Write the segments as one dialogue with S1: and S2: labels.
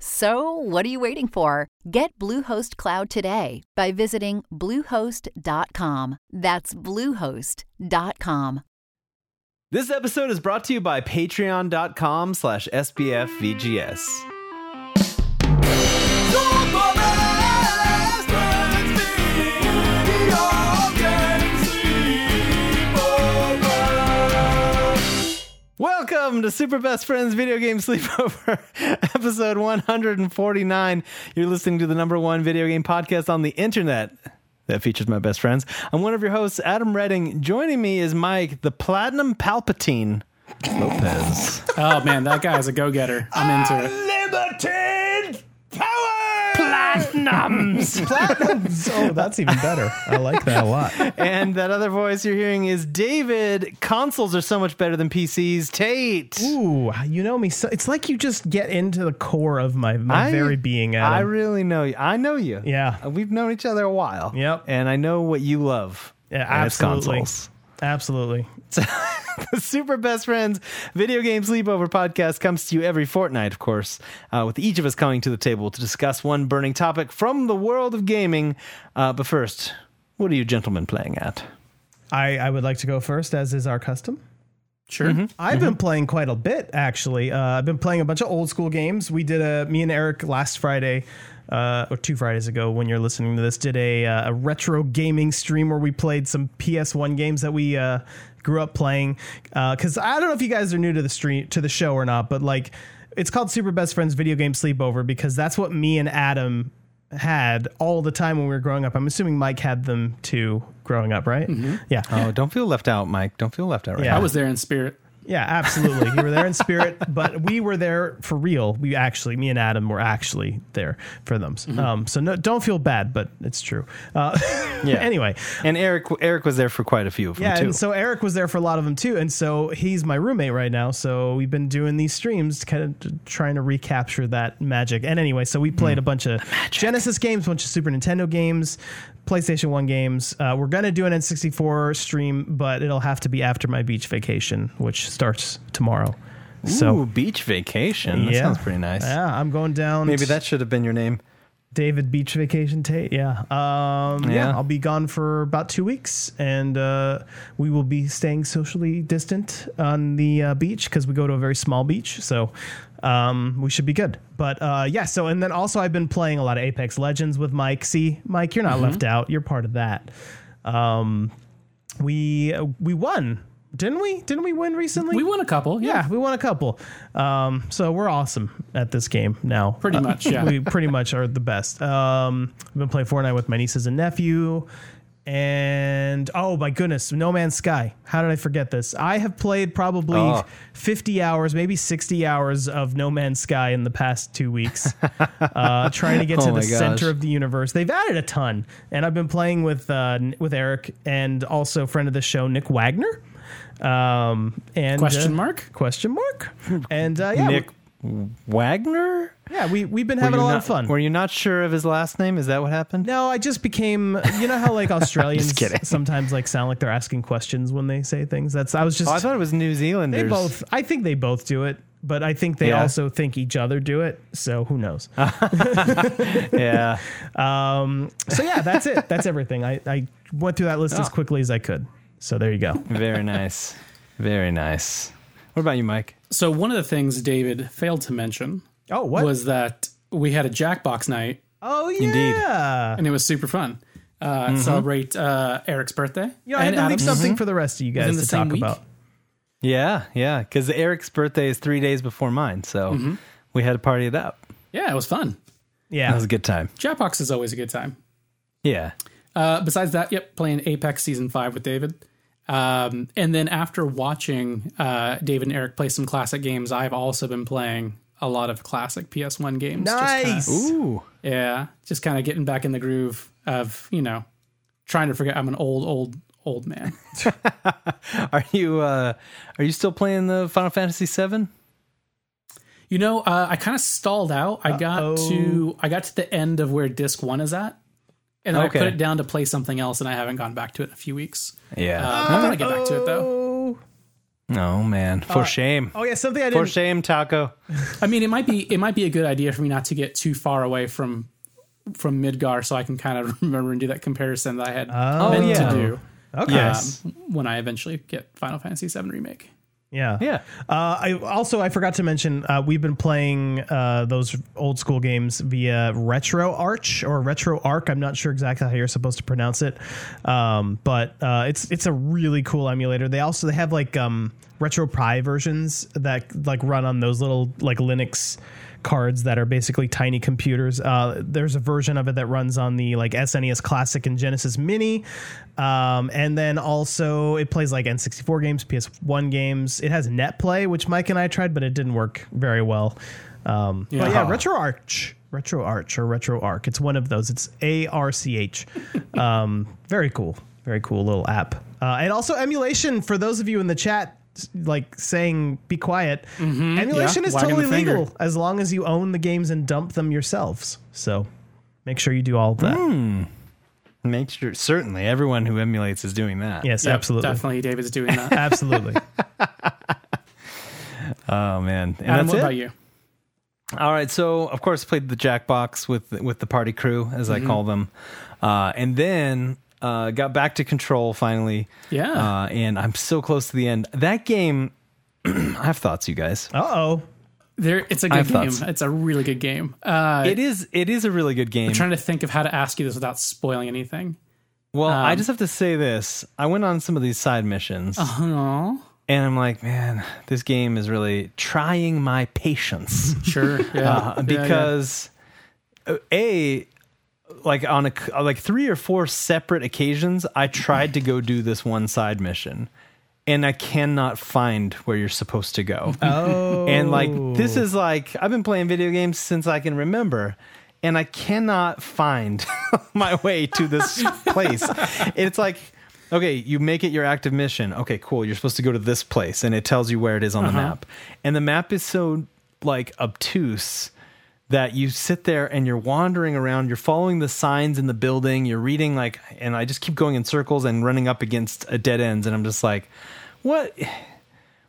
S1: So, what are you waiting for? Get Bluehost Cloud today by visiting Bluehost.com. That's Bluehost.com.
S2: This episode is brought to you by patreon.com slash sbfvgs. Welcome to Super Best Friends Video Game Sleepover, episode 149. You're listening to the number one video game podcast on the internet that features my best friends. I'm one of your hosts, Adam Redding. Joining me is Mike, the Platinum Palpatine Lopez.
S3: Oh man, that guy's a go-getter. I'm into it.
S2: Limited power! Platinums!
S4: Oh, that's even better. I like that a lot.
S2: and that other voice you're hearing is David. Consoles are so much better than PCs. Tate!
S4: Ooh, you know me. So, it's like you just get into the core of my, my
S2: I-
S4: very being. Adam.
S2: I really know you. I know you.
S4: Yeah.
S2: Uh, We've known each other a while.
S4: Yep.
S2: And I know what you love.
S4: Yeah,
S2: and it's
S4: absolutely.
S2: consoles.
S4: Absolutely.
S2: The Super Best Friends Video Game Sleepover podcast comes to you every fortnight, of course, uh, with each of us coming to the table to discuss one burning topic from the world of gaming. Uh, but first, what are you gentlemen playing at?
S4: I, I would like to go first, as is our custom.
S3: Sure.
S4: I've been playing quite a bit, actually. Uh, I've been playing a bunch of old school games. We did a me and Eric last Friday, uh, or two Fridays ago, when you're listening to this, did a, uh, a retro gaming stream where we played some PS1 games that we uh, grew up playing. Because I don't know if you guys are new to the stream to the show or not, but like it's called Super Best Friends Video Game Sleepover because that's what me and Adam had all the time when we were growing up. I'm assuming Mike had them too growing up, right? Yeah.
S2: Oh, don't feel left out, Mike. Don't feel left out right
S4: Yeah.
S3: I was there in spirit.
S4: Yeah, absolutely. you were there in spirit, but we were there for real. We actually, me and Adam were actually there for them. Um, so no, don't feel bad, but it's true. Uh,
S2: Yeah.
S4: Anyway,
S2: And Eric Eric was there for quite a few of them,
S4: yeah,
S2: too.
S4: and so Eric was there for a lot of them too, and so he's my roommate right now. So we've been doing these streams, kind of t- trying to recapture that magic. And anyway, so we
S2: Mm.
S4: played a bunch of Genesis games, a bunch of Super Nintendo games, PlayStation One games. Uh, we're gonna do an N64 stream, but it'll have to be after my beach vacation, which starts tomorrow.
S2: Ooh,
S4: so
S2: beach vacation. That
S4: yeah,
S2: sounds pretty nice.
S4: Yeah, I'm going down.
S2: Maybe
S4: to-
S2: that should have been your name.
S4: David Beach Vacation Tate. Yeah. Um, yeah.
S2: Yeah.
S4: I'll be gone for about two weeks, and uh, we will be staying socially distant on the uh, beach because we go to a very small beach. So um, we should be good. But uh, yeah. So and then also I've been playing a lot of Apex Legends with Mike. See, Mike, you're not
S3: Mm-hmm.
S4: left out. You're part of that. Um, we we won, didn't we? Didn't we win recently?
S3: We won a couple. Yeah.
S4: yeah, we won a couple. Um, so we're awesome at this game now.
S3: Pretty much, yeah.
S4: we pretty much are the best. Um, I've been playing Fortnite with my nieces and nephew. And oh my goodness, No Man's Sky. How did I forget this? I have played probably
S2: Oh.
S4: 50 hours, maybe 60 hours of No Man's Sky in the past two weeks, uh, trying to get to
S2: Oh my
S4: the
S2: gosh.
S4: center of the universe. They've added a ton, and I've been playing with uh, n- with Eric and also friend of the show Nick Wagner. Um, and
S3: Question
S4: uh,
S3: mark?
S4: Question mark? And uh, yeah,
S2: Nick Wagner?
S4: we, yeah, we we've been having a
S2: Were you
S4: lot
S2: not-
S4: of fun.
S2: Were you not sure of his last name? Is that what happened?
S4: No, I just became. You know how like Australians
S2: kidding.
S4: sometimes like sound like they're asking questions when they say things. That's I was just.
S2: Oh, I thought it was New Zealanders.
S4: they both. I think they both do it, but I think they
S2: Yeah.
S4: also think each other do it. So who knows?
S2: Yeah.
S4: Um. So yeah, that's it. That's everything. I I went through that list as
S2: Oh.
S4: quickly as I could. So there you go.
S2: Very nice. Very nice. What about you, Mike?
S3: So one of the things David failed to mention
S4: Oh what?
S3: was that we had a Jackbox night
S4: oh yeah.
S2: Indeed.
S3: and it was super fun. Uh, Celebrate uh, Eric's birthday.
S4: You know, Mm-hmm. I had
S3: and mm-hmm.
S4: to leave
S3: Adam's.
S4: something for the rest of you guys
S3: Within the
S4: to talk
S3: same week?
S4: about. Mm-hmm.
S2: Yeah, yeah. Because Eric's birthday is three days before mine, so we had to party it up.
S3: Yeah, it was fun.
S2: That
S4: Yeah.
S2: was a good time.
S3: Jackbox is always a good time.
S2: Yeah.
S3: Uh, besides that, yep, playing Apex Season 5 with David. Um, and then after watching uh, David and Eric play some classic games, I've also been playing a lot of classic PS1 games. just kinda-
S4: Nice.
S2: Ooh.
S3: yeah, just kind of getting back in the groove of, you know, trying to forget I'm an old, old, old man.
S2: Are you uh are you still playing the Final Fantasy 7?
S3: You know, uh, I kind of stalled out. I got
S4: Uh-oh.
S3: to I got to the end of where disc one is at, and then
S2: Okay.
S3: I put it down to play something else, and I haven't gone back to it in a few weeks.
S2: Yeah.
S3: Uh, I'm gonna get back to it though.
S4: Oh.
S2: oh man. For shame.
S4: Oh yeah, something I
S2: For
S4: didn't.
S2: shame, Taco.
S3: I mean, it might be it might be a good idea for me not to get too far away from from Midgar, so I can kind of remember and do that comparison that I had
S4: Oh.
S3: meant
S2: yeah.
S3: to do
S4: Okay.
S2: Ah, Yes.
S3: um, when I eventually get Final Fantasy VII remake.
S4: Yeah.
S2: Yeah.
S4: Uh, I also I forgot to mention uh, we've been playing uh, those old school games via Retro Arch or Retro Arc. I'm not sure exactly how you're supposed to pronounce it, um, but uh, it's it's a really cool emulator. They also they have like um, Retro Pi versions that like run on those little like Linux cards that are basically tiny computers. Uh, there's a version of it that runs on the like SNES Classic and Genesis Mini, um, and then also it plays like N64 games, PS1 games. It has NetPlay, which Mike and I tried, but it didn't work very well. Um, But yeah, RetroArch. RetroArch or RetroArch. It's one of those. It's A R C H. Um, very cool. Very cool little app. Uh, and also emulation for those of you in the chat, s- like saying be quiet. Emulation
S3: Mm-hmm. yeah,
S4: is
S3: wagging the
S4: totally
S3: finger.
S4: legal as long as you own the games and dump them yourselves. So make sure you do all of that.
S2: Hmm. Make sure certainly everyone who emulates is doing that.
S4: Yes,
S3: Yep,
S4: absolutely.
S3: definitely. David's doing that.
S4: Absolutely.
S2: Oh man. And
S3: Adam,
S2: that's
S3: what
S2: it?
S3: about you?
S2: All right, so of course played the Jackbox with with the party crew as
S3: Mm-hmm.
S2: I call them, uh, and then uh, got back to control finally.
S3: Yeah.
S2: uh, and I'm so close to the end. That game, I have thoughts, you guys.
S4: uh oh.
S3: There, it's a
S2: I
S3: good
S2: have
S3: game.
S2: thoughts.
S3: It's a really good game. Uh,
S2: It is it is a really good game.
S3: trying to think of how to ask you this without spoiling anything.
S2: Well, I just have to say this: I went on some of these side missions,
S3: um, Oh,
S2: and I'm like, man, this game is really trying my patience.
S3: sure. Yeah.
S2: Uh, because uh, a like on a c- uh, like three or four separate occasions i tried to go do this one side mission and i cannot find where you're supposed to go
S4: Oh.
S2: and like this is like i've been playing video games since i can remember and i cannot find my way to this place it's like okay you make it your active mission okay cool you're supposed to go to this place and it tells you where it is on
S3: Uh-huh.
S2: the map and the map is so like obtuse that you sit there and you're wandering around you're following the signs in the building you're reading like and i just keep going in circles and running up against uh, dead ends and i'm just like what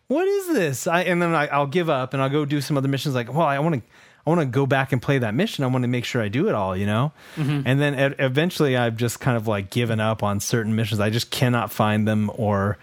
S2: what is this? I, and then I, I'll give up and I'll go do some other missions. Like, well, I want to, I want to go back and play that mission. I want to make sure I do it all, you know. And then e- eventually, I've just kind of like given up on certain missions. I just cannot find them, or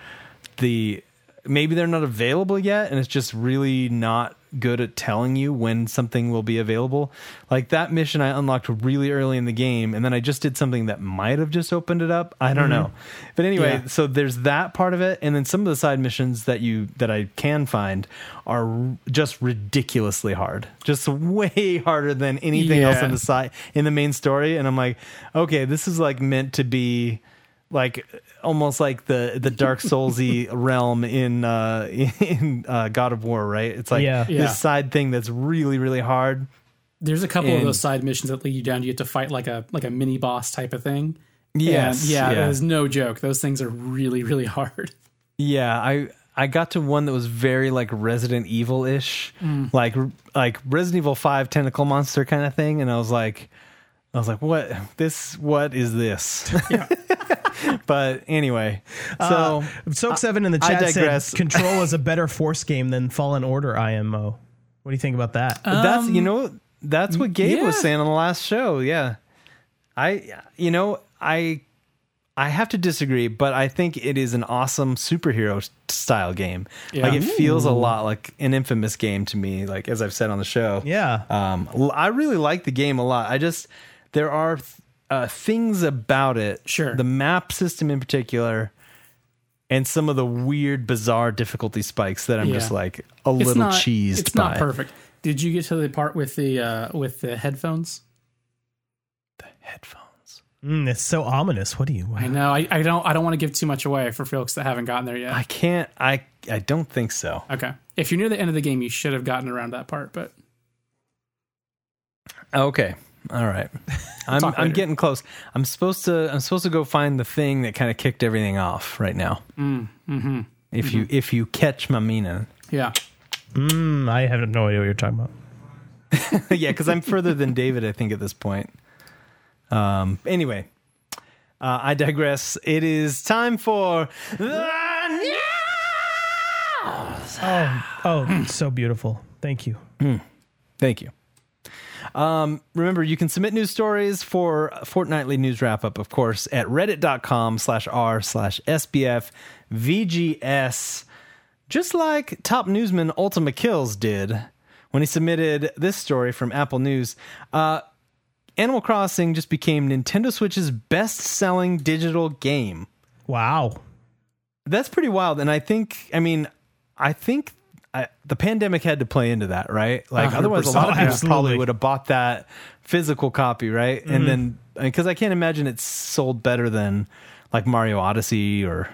S2: the maybe they're not available yet, and it's just really not good at telling you when something will be available. Like that mission I unlocked really early in the game, and then I just did something that might have just opened it up. I don't know. But anyway,
S3: Yeah.
S2: so there's that part of it, and then some of the side missions that you that I can find are r- just ridiculously hard, just way harder than anything else
S3: Yeah.
S2: in the side in the main story. And I'm like, okay, this is like meant to be like almost like the the dark soulsy realm in uh in uh god of war right it's like
S4: Yeah.
S3: Yeah.
S2: this side thing that's really really hard
S3: There's a couple of
S2: And-
S3: those side missions that lead you down. You have to fight like a like a mini boss type of thing.
S2: Yes,
S3: And yeah,
S2: yeah.
S3: There's no joke. Those things are really really hard.
S2: Yeah, I I got to one that was very like Resident Evil ish, like like Resident Evil Five tentacle monster kind of thing, and I was like, I was like, what this? What is this? but anyway, so
S4: Soak Seven in the
S2: I
S4: chat
S2: digress.
S4: said Control is a better Force game than Fallen Order IMO. What do you think about that?
S2: that's you know that's what Gabe was
S3: Um, yeah.
S2: saying on the last show. Yeah, I you know I I have to disagree, but I think it is an awesome superhero s- style game. Like it feels a lot like an infamous game to me. Like as I've said on the show.
S4: yeah.
S2: Um, l- I really like the game a lot. I just there are th- uh, things about it,
S3: Sure.
S2: the map system in particular, and some of the weird, bizarre difficulty spikes that I'm
S3: Yeah.
S2: just like a
S3: It's
S2: little
S3: not,
S2: cheesed
S3: It's
S2: by.
S3: not perfect. Did you get to the part with the uh, with the headphones?
S2: The headphones.
S4: Mm, it's so ominous. What do you?
S3: I know. I, I don't. I don't want to give too much away for folks that haven't gotten there yet.
S2: I can't. I I don't think so.
S3: okay. If you're near the end of the game, you should have gotten around that part. But
S2: Okay. All right. I'm
S3: Talk
S2: I'm
S3: later.
S2: getting close. I'm supposed to I'm supposed to go find the thing that kind of kicked everything off right now.
S3: mm-hmm.
S2: If you if you catch my meaning.
S3: yeah,
S4: Mm, I have no idea what you're talking about.
S2: yeah, because I'm further than David, I think, at this point. Um. Anyway, uh, I digress. It is time for the
S4: Oh, so beautiful. Thank you.
S2: Thank you. Um, remember, you can submit news stories for fortnightly news wrap up, of course, at reddit.com slash r slash SBF VGS, just like top newsman Ultima Kills did when he submitted this story from Apple News. Uh, Animal Crossing just became Nintendo Switch's best selling digital game
S4: Wow.
S2: that's pretty wild and i think i mean i think I, the pandemic had to play into that right like otherwise a lot of people
S4: 100%,
S2: probably
S4: absolutely. Mm-hmm.
S2: would have bought that physical copy right and then because i can't imagine it's sold better than like mario odyssey or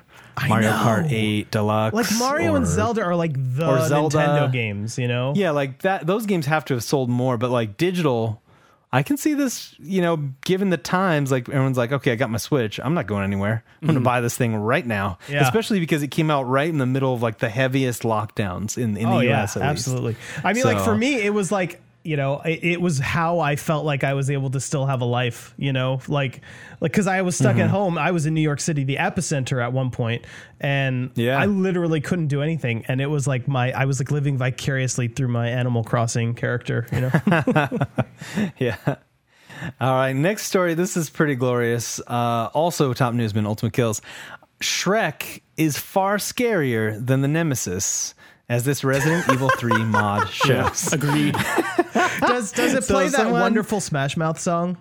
S2: mario
S4: know.
S2: kart 8 deluxe
S4: Like Mario
S2: or-
S4: and Zelda are like the
S2: or Zelda.
S4: Nintendo games, you know?
S2: yeah like that those games have to have sold more but like digital i can see this you know given the times like everyone's like okay i got my switch i'm not going anywhere i'm gonna buy this thing right now
S4: Mm-hmm. Yeah.
S2: especially because it came out right in the middle of like the heaviest lockdowns in, in
S4: Oh
S2: the
S4: yeah,
S2: us at least.
S4: absolutely. I mean, like
S2: So-
S4: for me, it was like you know, it, it was how I felt like I was able to still have a life. You know, like like because I was stuck at home. I was in New York City, the epicenter at one point, and
S2: Yeah.
S4: I literally couldn't do anything. And it was like my I was like living vicariously through my Animal Crossing character. You know,
S2: yeah. All right. Next story. This is pretty glorious. Uh, also, top newsman, Ultimate Kills. Shrek is far scarier than the Nemesis, as this Resident Evil 3 mod shows.
S3: agreed.
S4: does does it
S2: So
S4: play that
S2: someone-
S4: wonderful Smash Mouth song?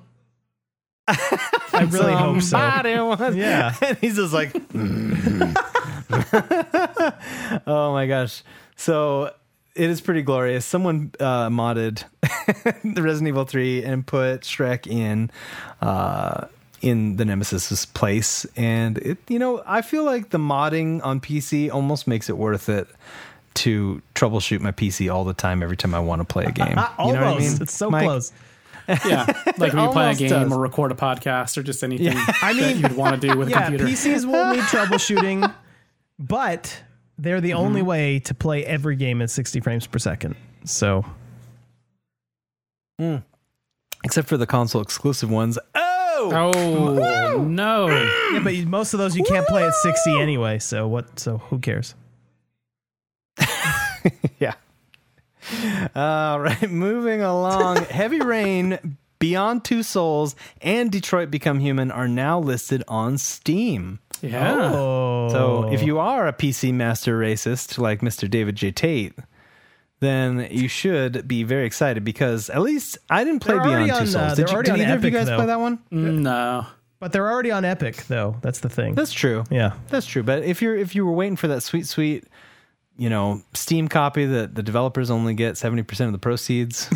S4: I really hope so.
S2: Somebody once-
S4: Yeah.
S2: and he's just like, "Mm-hmm." oh my gosh. So it is pretty glorious. Someone uh, modded the Resident Evil 3 and put Shrek in. Uh, in the Nemesis's place, and it, you know, I feel like the modding on PC almost makes it worth it to troubleshoot my PC all the time, every time I want to play a game.
S4: Ah,
S2: You
S4: almost.
S2: know what I mean?
S4: It's so
S2: Mike?
S4: close.
S3: Yeah, like when you play a
S2: almost
S3: game
S2: does.
S3: or record a podcast or just anything.
S4: I
S3: that
S4: mean,
S3: you'd want to do with a
S4: yeah,
S3: computer.
S4: PCs will need troubleshooting, but they're the only way to play every game at 60 frames per second. So
S2: Except for the console exclusive ones. Oh,
S3: Oh no!
S4: yeah, but you- most of those you can't play at 60 anyway. So what? So who cares?
S2: yeah. All right, moving along. Heavy Rain, Beyond Two Souls, and Detroit Become Human are now listed on Steam.
S3: Yeah.
S4: Oh,
S2: So if you are a PC master racist like Mr. David J. Tate, then you should be very excited because at least I didn't play
S4: They're already
S2: Beyond Two
S4: on, uh,
S2: Souls.
S4: they're
S2: Did, you,
S4: already
S2: did
S4: on
S2: either of you
S4: Epic, Mm.
S2: guys
S4: though.
S2: play that one?
S3: Mm, No.
S4: but they're already on Epic though. That's the thing.
S2: That's true.
S4: yeah.
S2: That's true. But if you're if you were waiting for that sweet sweet, you know, Steam copy that the developers only get seventy percent of the proceeds,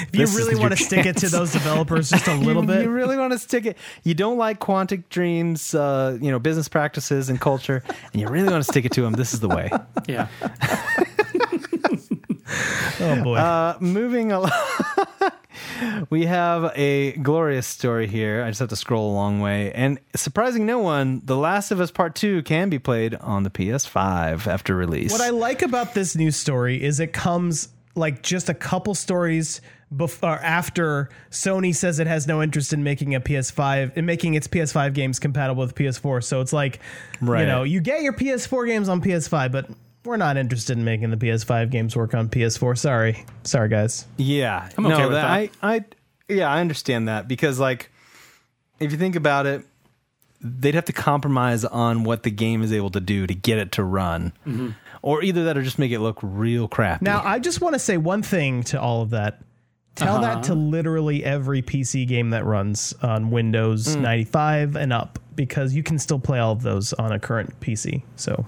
S4: If you
S2: this
S4: really
S2: is
S4: want to
S2: your
S4: stick it to those developers just a little
S2: you,
S4: bit,
S2: you really want to stick it. You don't like Quantic Dreams, uh, you know, business practices and culture, and you really want to stick it to them. This is the way.
S3: Yeah.
S4: oh boy.
S2: Uh, moving along, we have a glorious story here. I just have to scroll a long way, and surprising no one, The Last of Us Part Two can be played on the PS5 after release.
S4: What I like about this news story is it comes like just a couple stories before after Sony says it has no interest in making a PS5 in making its PS5 games compatible with PS4. So it's like,
S2: Right.
S4: you know, you get your PS4 games on PS5, but we're not interested in making the PS5 games work on PS4. Sorry, sorry guys.
S2: Yeah, I'm
S3: okay with that.
S2: I, I, yeah, I understand that because like, if you think about it, they'd have to compromise on what the game is able to do to get it to run,
S3: Mm-hmm.
S2: or either that or just make it look real crappy.
S4: Now I just want to say one thing to all of that. Tell that
S2: Uh-huh.
S4: to literally every PC game that runs on Windows
S2: Hmm.
S4: 95 and up because you can still play all of those on a current PC. So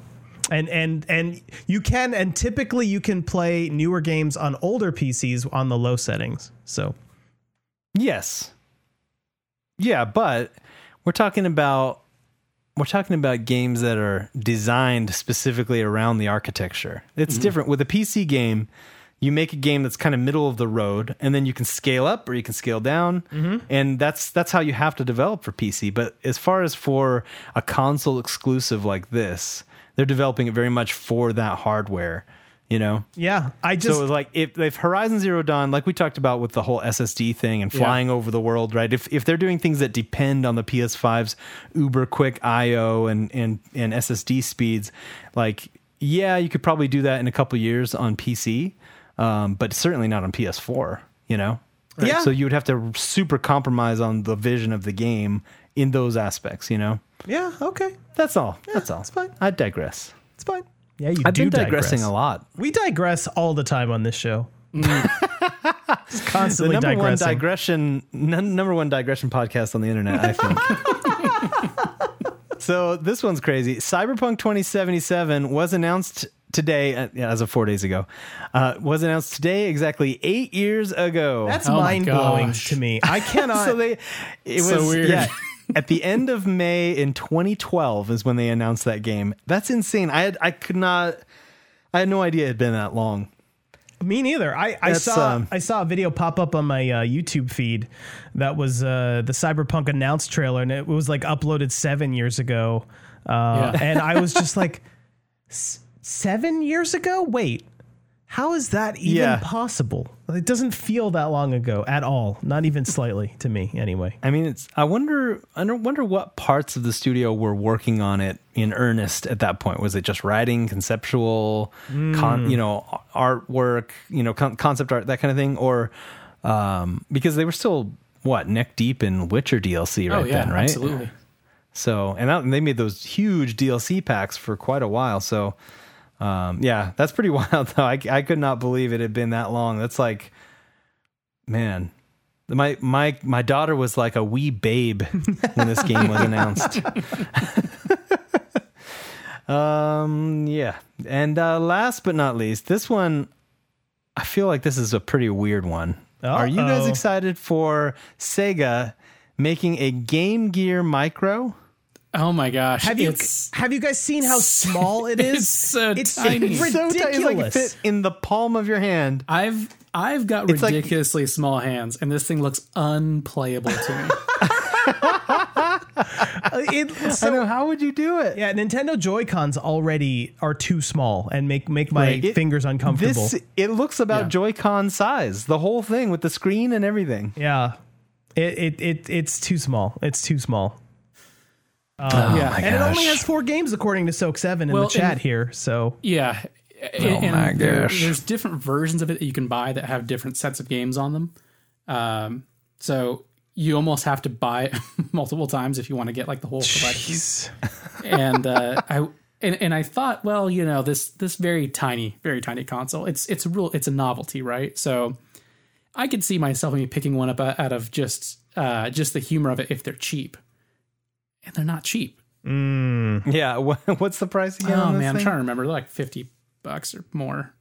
S4: and and and you can and typically you can play newer games on older PCs on the low settings. So
S2: Yes. Yeah, but we're talking about we're talking about games that are designed specifically around the architecture. It's different with a PC game. You make a game that's kind of middle of the road, and then you can scale up or you can scale down, and that's that's how you have to develop for PC. But as far as for a console exclusive like this, they're developing it very much for that hardware. You know,
S4: yeah, I just
S2: so like if if Horizon Zero Dawn, like we talked about with the whole SSD thing and flying over the world, right? If if they're doing things that depend on the PS5's uber quick IO and and and SSD speeds, like yeah, you could probably do that in a couple years on PC, um, but certainly not on PS4. You know,
S4: Yeah.
S2: So you would have to super compromise on the vision of the game in those aspects. You know,
S4: yeah, okay,
S2: that's all. that's all.
S4: it's fine.
S2: I digress.
S4: it's fine. Yeah, you
S2: I've
S4: do
S2: been
S4: digress.
S2: digressing a lot. Mm.
S4: We digress all the time on this show. It's constantly
S2: the number
S4: digressing.
S2: one digression n- number one digression podcast on the internet i think so this one's crazy cyberpunk 2077 was announced today uh, yeah, as of four days ago uh, was announced today exactly eight years ago
S4: That's
S3: Oh my
S4: mind blowing
S3: gosh.
S4: to me. I cannot.
S2: so they it was
S3: So weird.
S2: yeah at the end of may in 2012 is when they announced that game that's insane i had i could not i had no idea it had been that long
S4: Me neither. I, I
S2: That's,
S4: saw
S2: um,
S4: I saw a video pop up on my uh, YouTube feed that was uh, the Cyberpunk announced trailer, and it was like uploaded seven years ago, uh,
S3: Yeah.
S4: and I was just like, "S- seven years ago? Wait, how is that even
S2: Yeah.
S4: possible? It doesn't feel that long ago at all, not even slightly to me, anyway.
S2: I mean, it's. I wonder. I wonder what parts of the studio were working on it in earnest at that point. Was it just writing, conceptual,
S3: Hmm.
S2: con, you know, artwork, you know, con- concept art, that kind of thing, or um, because they were still what neck deep in Witcher DLC right
S3: oh yeah,
S2: then, right?
S3: absolutely.
S2: So, and, that, and they made those huge DLC packs for quite a while. So, um, yeah, that's pretty wild though. I, I could not believe it had been that long. That's like, man, my my my daughter was like a wee babe when this game was announced. um, yeah, and uh, last but not least, this one, I feel like this is a pretty weird one. Are you guys
S4: Uh-oh.
S2: excited for Sega making a Game Gear Micro?
S3: Oh my gosh.
S4: Have you
S3: It's-
S4: have you guys seen how small it is?
S3: it's so
S4: it's
S3: tiny.
S4: ridiculous.
S2: So tight, it's like it fit in the palm of your hand.
S3: I've I've got
S2: It's like-
S3: ridiculously small hands, and this thing looks unplayable to me.
S4: Uh, it- so-
S2: I know. How would you do it?
S4: Yeah, Nintendo Joy Cons already are too small and make make my
S2: Right. It-
S4: fingers uncomfortable.
S2: This it looks about
S3: Yeah.
S2: Joy-Con size, the whole thing with the screen and everything.
S4: yeah, it, it it it's too small. It's too small.
S3: yeah,
S2: my
S4: And it only
S2: Gosh.
S4: has four games according to Soak Seven in
S3: Well,
S4: the chat
S3: and-
S4: here. So
S3: yeah. Oh
S2: my
S3: There,
S2: gosh.
S3: there's different versions of it that you can buy that have different sets of games on them. Um, so you almost have to buy it multiple times if you want to get like the whole collection. and uh, I and, and I thought, well, you know, this this very tiny, very tiny console. It's it's a real it's a novelty, right? So I could see myself maybe picking one up uh, out of just uh, just the humor of it if they're cheap, and they're not cheap.
S2: Yeah. wha- What's the price again?
S3: oh
S2: on this
S3: man, I'm
S2: thing?
S3: trying to remember, like fifty bucks or more,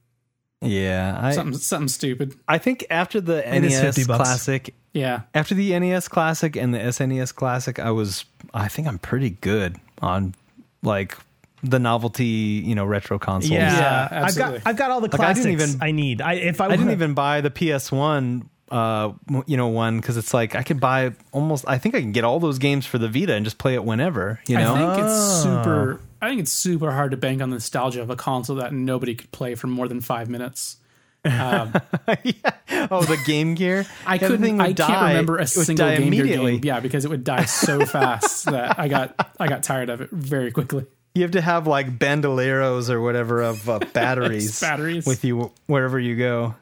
S2: Yeah. I,
S3: something something stupid.
S2: I think after the
S4: is
S2: NES
S4: 50 bucks.
S2: Classic,
S3: Yeah,
S2: after the NES Classic and the SNES Classic, I was. I think I'm pretty good on like the novelty, you know, retro consoles.
S4: yeah,
S3: Yeah,
S4: I've got
S3: absolutely.
S4: I've got all the
S2: I
S4: classics
S2: didn't
S4: I,
S2: even-
S4: need. I if I,
S2: I
S4: wa-
S2: didn't even buy the PS1, uh, m- you know, one because it's like I could buy almost. I think I can get all those games for the Vita and just play it whenever. You know, Oh.
S3: I think it's super. I think it's super hard to bank on the nostalgia of a console that nobody could play for more than five minutes.
S2: oh, the Game Gear.
S3: I
S2: That
S3: couldn't.
S2: thing would
S3: I can't
S2: die-
S3: remember a
S2: it would
S3: single
S2: die
S3: game Gear
S2: immediately.
S3: game. Yeah, because it would die so fast that I got I got tired of it very quickly.
S2: You have to have like bandoleros or whatever of uh, batteries,
S3: Batteries.
S2: with you wherever you go.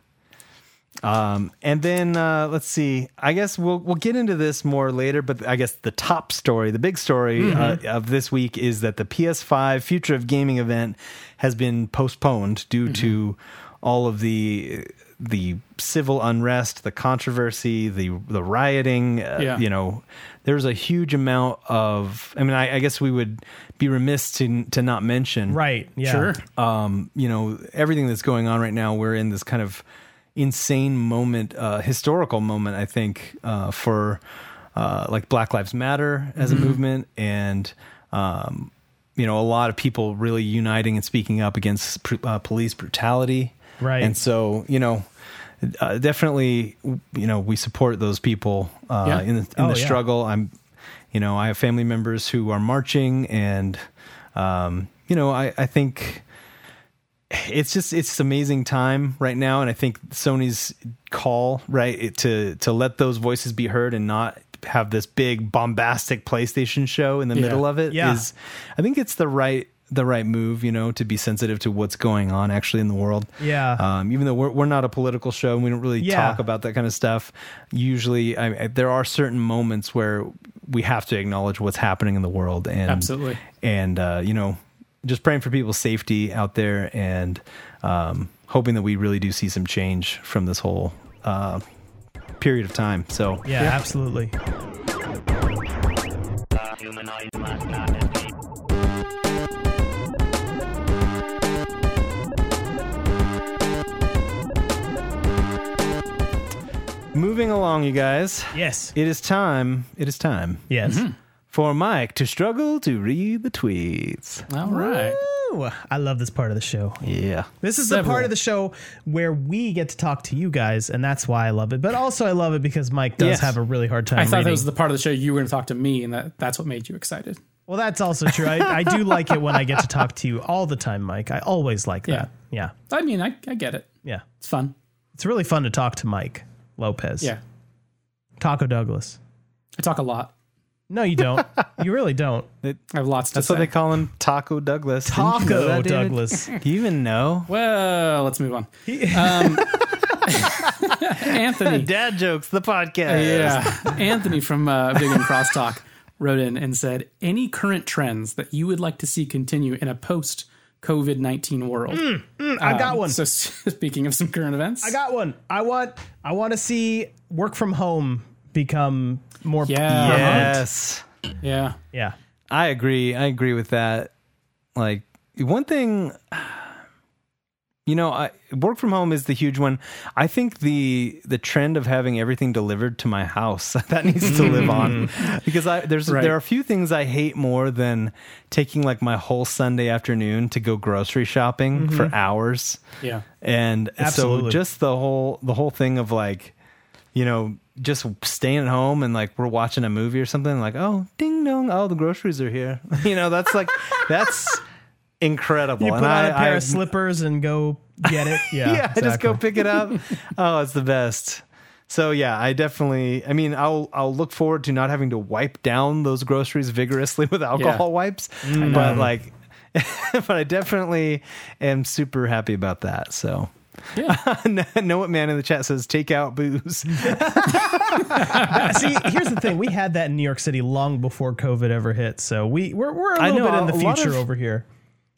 S2: Um, and then uh, let's see. I guess we'll we'll get into this more later. But I guess the top story, the big story
S3: Mm-hmm.
S2: uh, of this week, is that the PS5
S3: Mm-hmm.
S2: Future of Gaming event has been postponed due to all of the the civil unrest, the controversy, the the rioting. Uh,
S3: Yeah.
S2: You know, there's a huge amount of. I mean, I, I guess we would be remiss to to not mention
S4: Right. Yeah.
S3: Sure.
S2: um, you know, everything that's going on right now, we're in this kind of insane moment, uh, historical moment, I think, uh, for uh, like Black Lives Matter as
S4: Mm-hmm.
S2: a movement and, um, you know, a lot of people really uniting and speaking up against pr- uh, police brutality.
S4: Right.
S2: And so, you know, uh, definitely, you know, we support those people uh,
S3: Yeah.
S2: in the, in
S4: Oh,
S2: the
S4: yeah.
S2: struggle. I'm, you know, I have family members who are marching, and um, you know, I, I think it's just it's an amazing time right now, and I think Sony's call right it- to to let those voices be heard and not have this big bombastic PlayStation show in the
S3: Yeah.
S2: middle of it is,
S4: Yeah.
S2: I think it's the right the right move, you know, to be sensitive to what's going on actually in the world.
S4: Yeah.
S2: Um, even though we're, we're not a political show and we don't really
S4: Yeah.
S2: talk about that kind of stuff, usually I, I- there are certain moments where we have to acknowledge what's happening in the world and
S3: Absolutely.
S2: and uh, you know just praying for people's safety out there and um, hoping that we really do see some change from this whole uh, period of time. So
S4: Yeah, absolutely.
S2: moving along, you guys.
S4: Yes.
S2: It is time. It is time
S4: Yes.
S2: for Mike to struggle to read the tweets.
S3: All right.
S4: Ooh, I love this part of the show.
S2: Yeah.
S4: This is the
S3: Several.
S4: part of the show where we get to talk to you guys, and that's why I love it. But also, I love it because Mike does
S2: Yes.
S4: have a really hard time.
S3: I thought that
S4: reading.
S3: was the part of the show you were going to talk to me, and that, that's what made you excited.
S4: Well, that's also true. I, I do like it when I get to talk to you all the time, Mike. I always like that. Yeah.
S3: I mean, I, I get it.
S4: Yeah.
S3: It's fun.
S4: It's really fun to talk to Mike Lopez.
S3: Yeah.
S4: Taco Douglas.
S3: I talk a lot.
S4: No, you don't. you really don't.
S3: I have lots to
S2: That's
S3: say.
S2: what they call him, Taco Douglas. Didn't you know
S4: Taco
S2: that, David?
S4: Douglas.
S2: Do you even know?
S3: well, let's move on. Um, Anthony.
S2: Dad jokes, the podcast.
S3: Yeah. Anthony from uh, Big and Crosstalk wrote in and said, Any current trends that you would like to see continue in a post COVID 19 world?
S2: Um,
S4: I got one.
S3: So, speaking of some current events,
S4: Hmm. I got one. I want. I want to see work from home become more.
S3: Yeah.
S2: Uh-huh. Yes.
S3: yeah.
S4: Yeah.
S2: I agree. I agree with that. Like one thing, you know, I, work from home is the huge one. I think the the trend of having everything delivered to my house that needs to live on because I there's
S3: Right.
S2: there are a few things I hate more than taking like my whole Sunday afternoon to go grocery shopping for hours.
S3: Yeah.
S2: And so
S4: Absolutely.
S2: just the whole the whole thing of like, you know, just staying at home and like we're watching a movie or something like, oh, ding dong, oh the groceries are here. You know, that's like that's incredible.
S4: You put
S2: and
S4: on
S2: I,
S4: a pair
S2: I-
S4: of slippers and go get it. Yeah.
S2: Yeah, I just go
S4: exactly.
S2: pick it up. oh, it's the best. So yeah, I definitely. I mean, I'll I'll look forward to not having to wipe down those groceries vigorously with alcohol wipes,
S4: Mm.
S2: but like, but I definitely am super happy about that. So
S3: Yeah.
S2: know what man in the chat says take out booze
S4: Uh, See, here's the thing: we had that in New York City long before COVID ever hit, so we we're, we're a
S2: I
S4: little
S2: know,
S4: bit in
S2: a
S4: the
S2: lot
S4: future
S2: of-
S4: over here.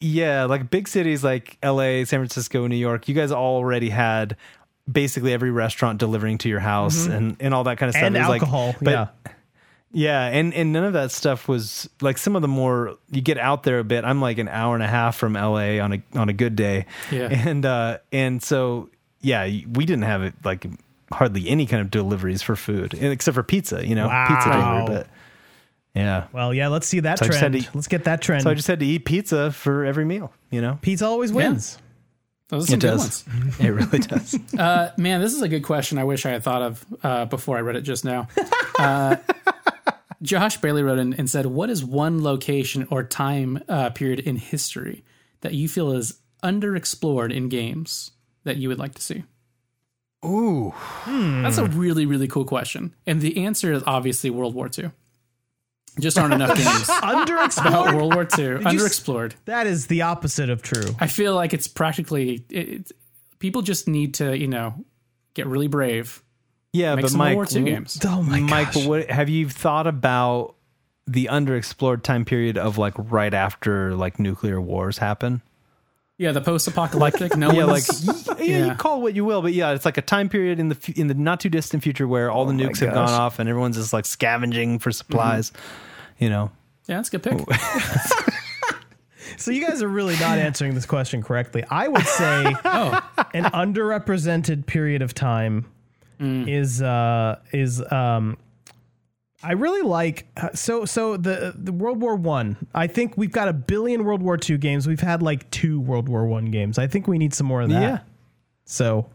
S2: yeah like big cities like la san francisco new york you guys already had basically every restaurant delivering to your house and and all that kind of stuff
S4: Mm-hmm. And
S2: It was like-
S4: alcohol,
S2: but-
S4: yeah.
S2: yeah and and none of that stuff was like some of the more you get out there a bit i'm like an hour and a half from la on a on a good day
S3: Yeah.
S2: and uh and so yeah we didn't have it like hardly any kind of deliveries for food except for pizza you know pizza
S4: Wow.
S2: delivery but yeah
S4: Well, yeah, let's see that
S2: So I just had
S4: trend.
S2: to-
S4: let's get that trend.
S2: So I just had to eat pizza for every meal, you know?
S4: Pizza always wins.
S3: Those are some good ones.
S2: it really does.
S3: Uh, man, this is a good question. I wish I had thought of uh, before I read it just now. Uh, Josh Bailey wrote in and said, "What is one location or time uh, period in history that you feel is underexplored in games that you would like to see?"
S2: Ooh.
S4: Hmm.
S3: That's a really really cool question, and the answer is obviously World War II. Just aren't enough games about
S4: Underexplored.
S3: World War II.
S4: you s-
S3: Underexplored.
S4: that is the opposite of true.
S3: I feel like it's practically it, it's- people just need to you know get really brave,
S2: Yeah,
S3: make
S2: but
S3: some
S2: Mike,
S3: World War II games.
S4: Oh my
S2: Mike,
S4: gosh.
S2: what have you thought about the underexplored time period of like right after like nuclear wars happen?
S3: Yeah, the post-apocalyptic. No
S2: Yeah, like
S3: one's
S2: y- yeah, you
S3: yeah.
S2: call it what you will, but yeah, it's like a time period in the fu- in the not too distant future where all the nukes have
S4: gosh.
S2: gone off and everyone's just like scavenging for supplies. You know,
S3: Yeah, that's a good pick.
S4: So you guys are really not answering this question correctly. I would say
S3: Oh,
S4: an underrepresented period of time
S2: Mm.
S4: is uh is um I really like so so the the World War 1. I. I think we've got a billion World War 2 games. We've had like two World War 1 games. I think we need some more of that.
S2: Yeah.
S4: So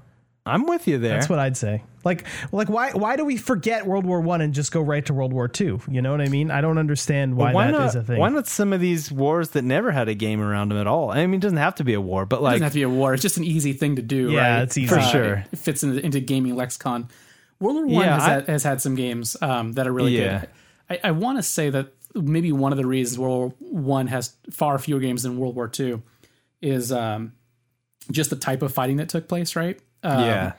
S2: I'm with you there.
S4: that's what I'd say. Like like why why do we forget World War 1 and just go right to World War 2? You know what I mean? I don't understand why, that
S2: not?
S4: is a thing.
S2: Why not some of these wars that never had a game around them at all? I mean, it doesn't have to be a war, but like
S3: doesn't have to be a war. It's just an easy thing to do.
S4: Yeah,
S3: right?
S4: it's easy.
S2: For sure.
S3: It fits in, into gaming lexicon. World War One
S2: Yeah,
S3: has,
S2: I-
S3: had has had some games um, that are really
S2: Yeah.
S3: good. I, I want to say that maybe one of the reasons World War One has far fewer games than World War Two is um, just the type of fighting that took place. Right? Um,
S2: yeah,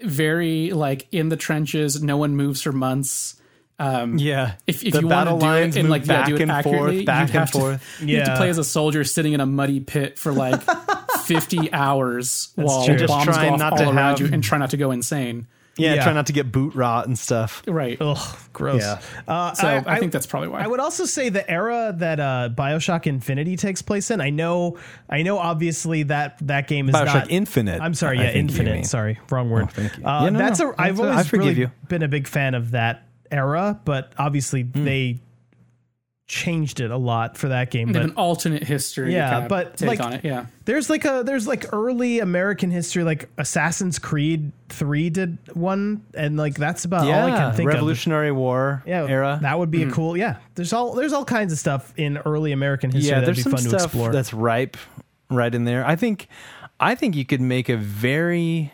S3: Very like in the trenches. No one moves for months. Um,
S2: yeah.
S3: if, if
S2: the
S3: you want to
S2: battle
S3: do
S2: lines
S3: it and
S2: move
S3: like yeah,
S2: back
S3: do it
S2: and
S3: accurately,
S2: forth, back
S3: you'd have
S2: and
S3: to-
S2: forth.
S3: you have to
S4: Yeah.
S3: play as a soldier sitting in a muddy pit for like 50 hours while
S4: true. Just
S3: bombs
S2: trying
S3: go off
S2: not
S3: all
S2: to
S3: around
S2: have-
S3: you and try not to go insane.
S2: Yeah,
S4: Yeah.
S2: try not to get boot rot and stuff.
S3: Right.
S4: Ugh, gross.
S2: Yeah.
S4: Uh,
S3: So I, think that's probably why.
S4: I would also say the era that uh, Bioshock Infinity takes place in. I know, I know. Obviously, that that game is
S2: Bioshock
S4: not
S2: Infinite,
S4: I'm sorry,
S2: I
S4: yeah,
S2: think you mean. Oh,
S4: Infinite. Sorry, wrong word.
S2: thank you.
S4: Uh,
S2: Yeah, no,
S4: that's
S2: no,
S4: a. I've
S2: that's a- I
S4: always
S2: forgive
S4: really
S2: you.
S4: been a big fan of that era, but obviously
S2: Hmm.
S4: they changed it a lot for that game.
S3: They
S4: But
S3: have an alternate history.
S4: Yeah,
S3: kind of
S4: but,
S3: take
S4: like-
S3: on it. Yeah.
S4: there's like a there's like early American history, like Assassin's Creed Three did one, and like that's about all I
S2: Yeah,
S4: can think of.
S2: Revolutionary War
S4: yeah,
S2: era.
S4: That would be a cool. Yeah, there's all there's all kinds of stuff in early American history.
S2: yeah,
S4: that'd
S2: there's
S4: be
S2: some
S4: fun to
S2: stuff
S4: explore.
S2: that's ripe right in there. I think, I think you could make a very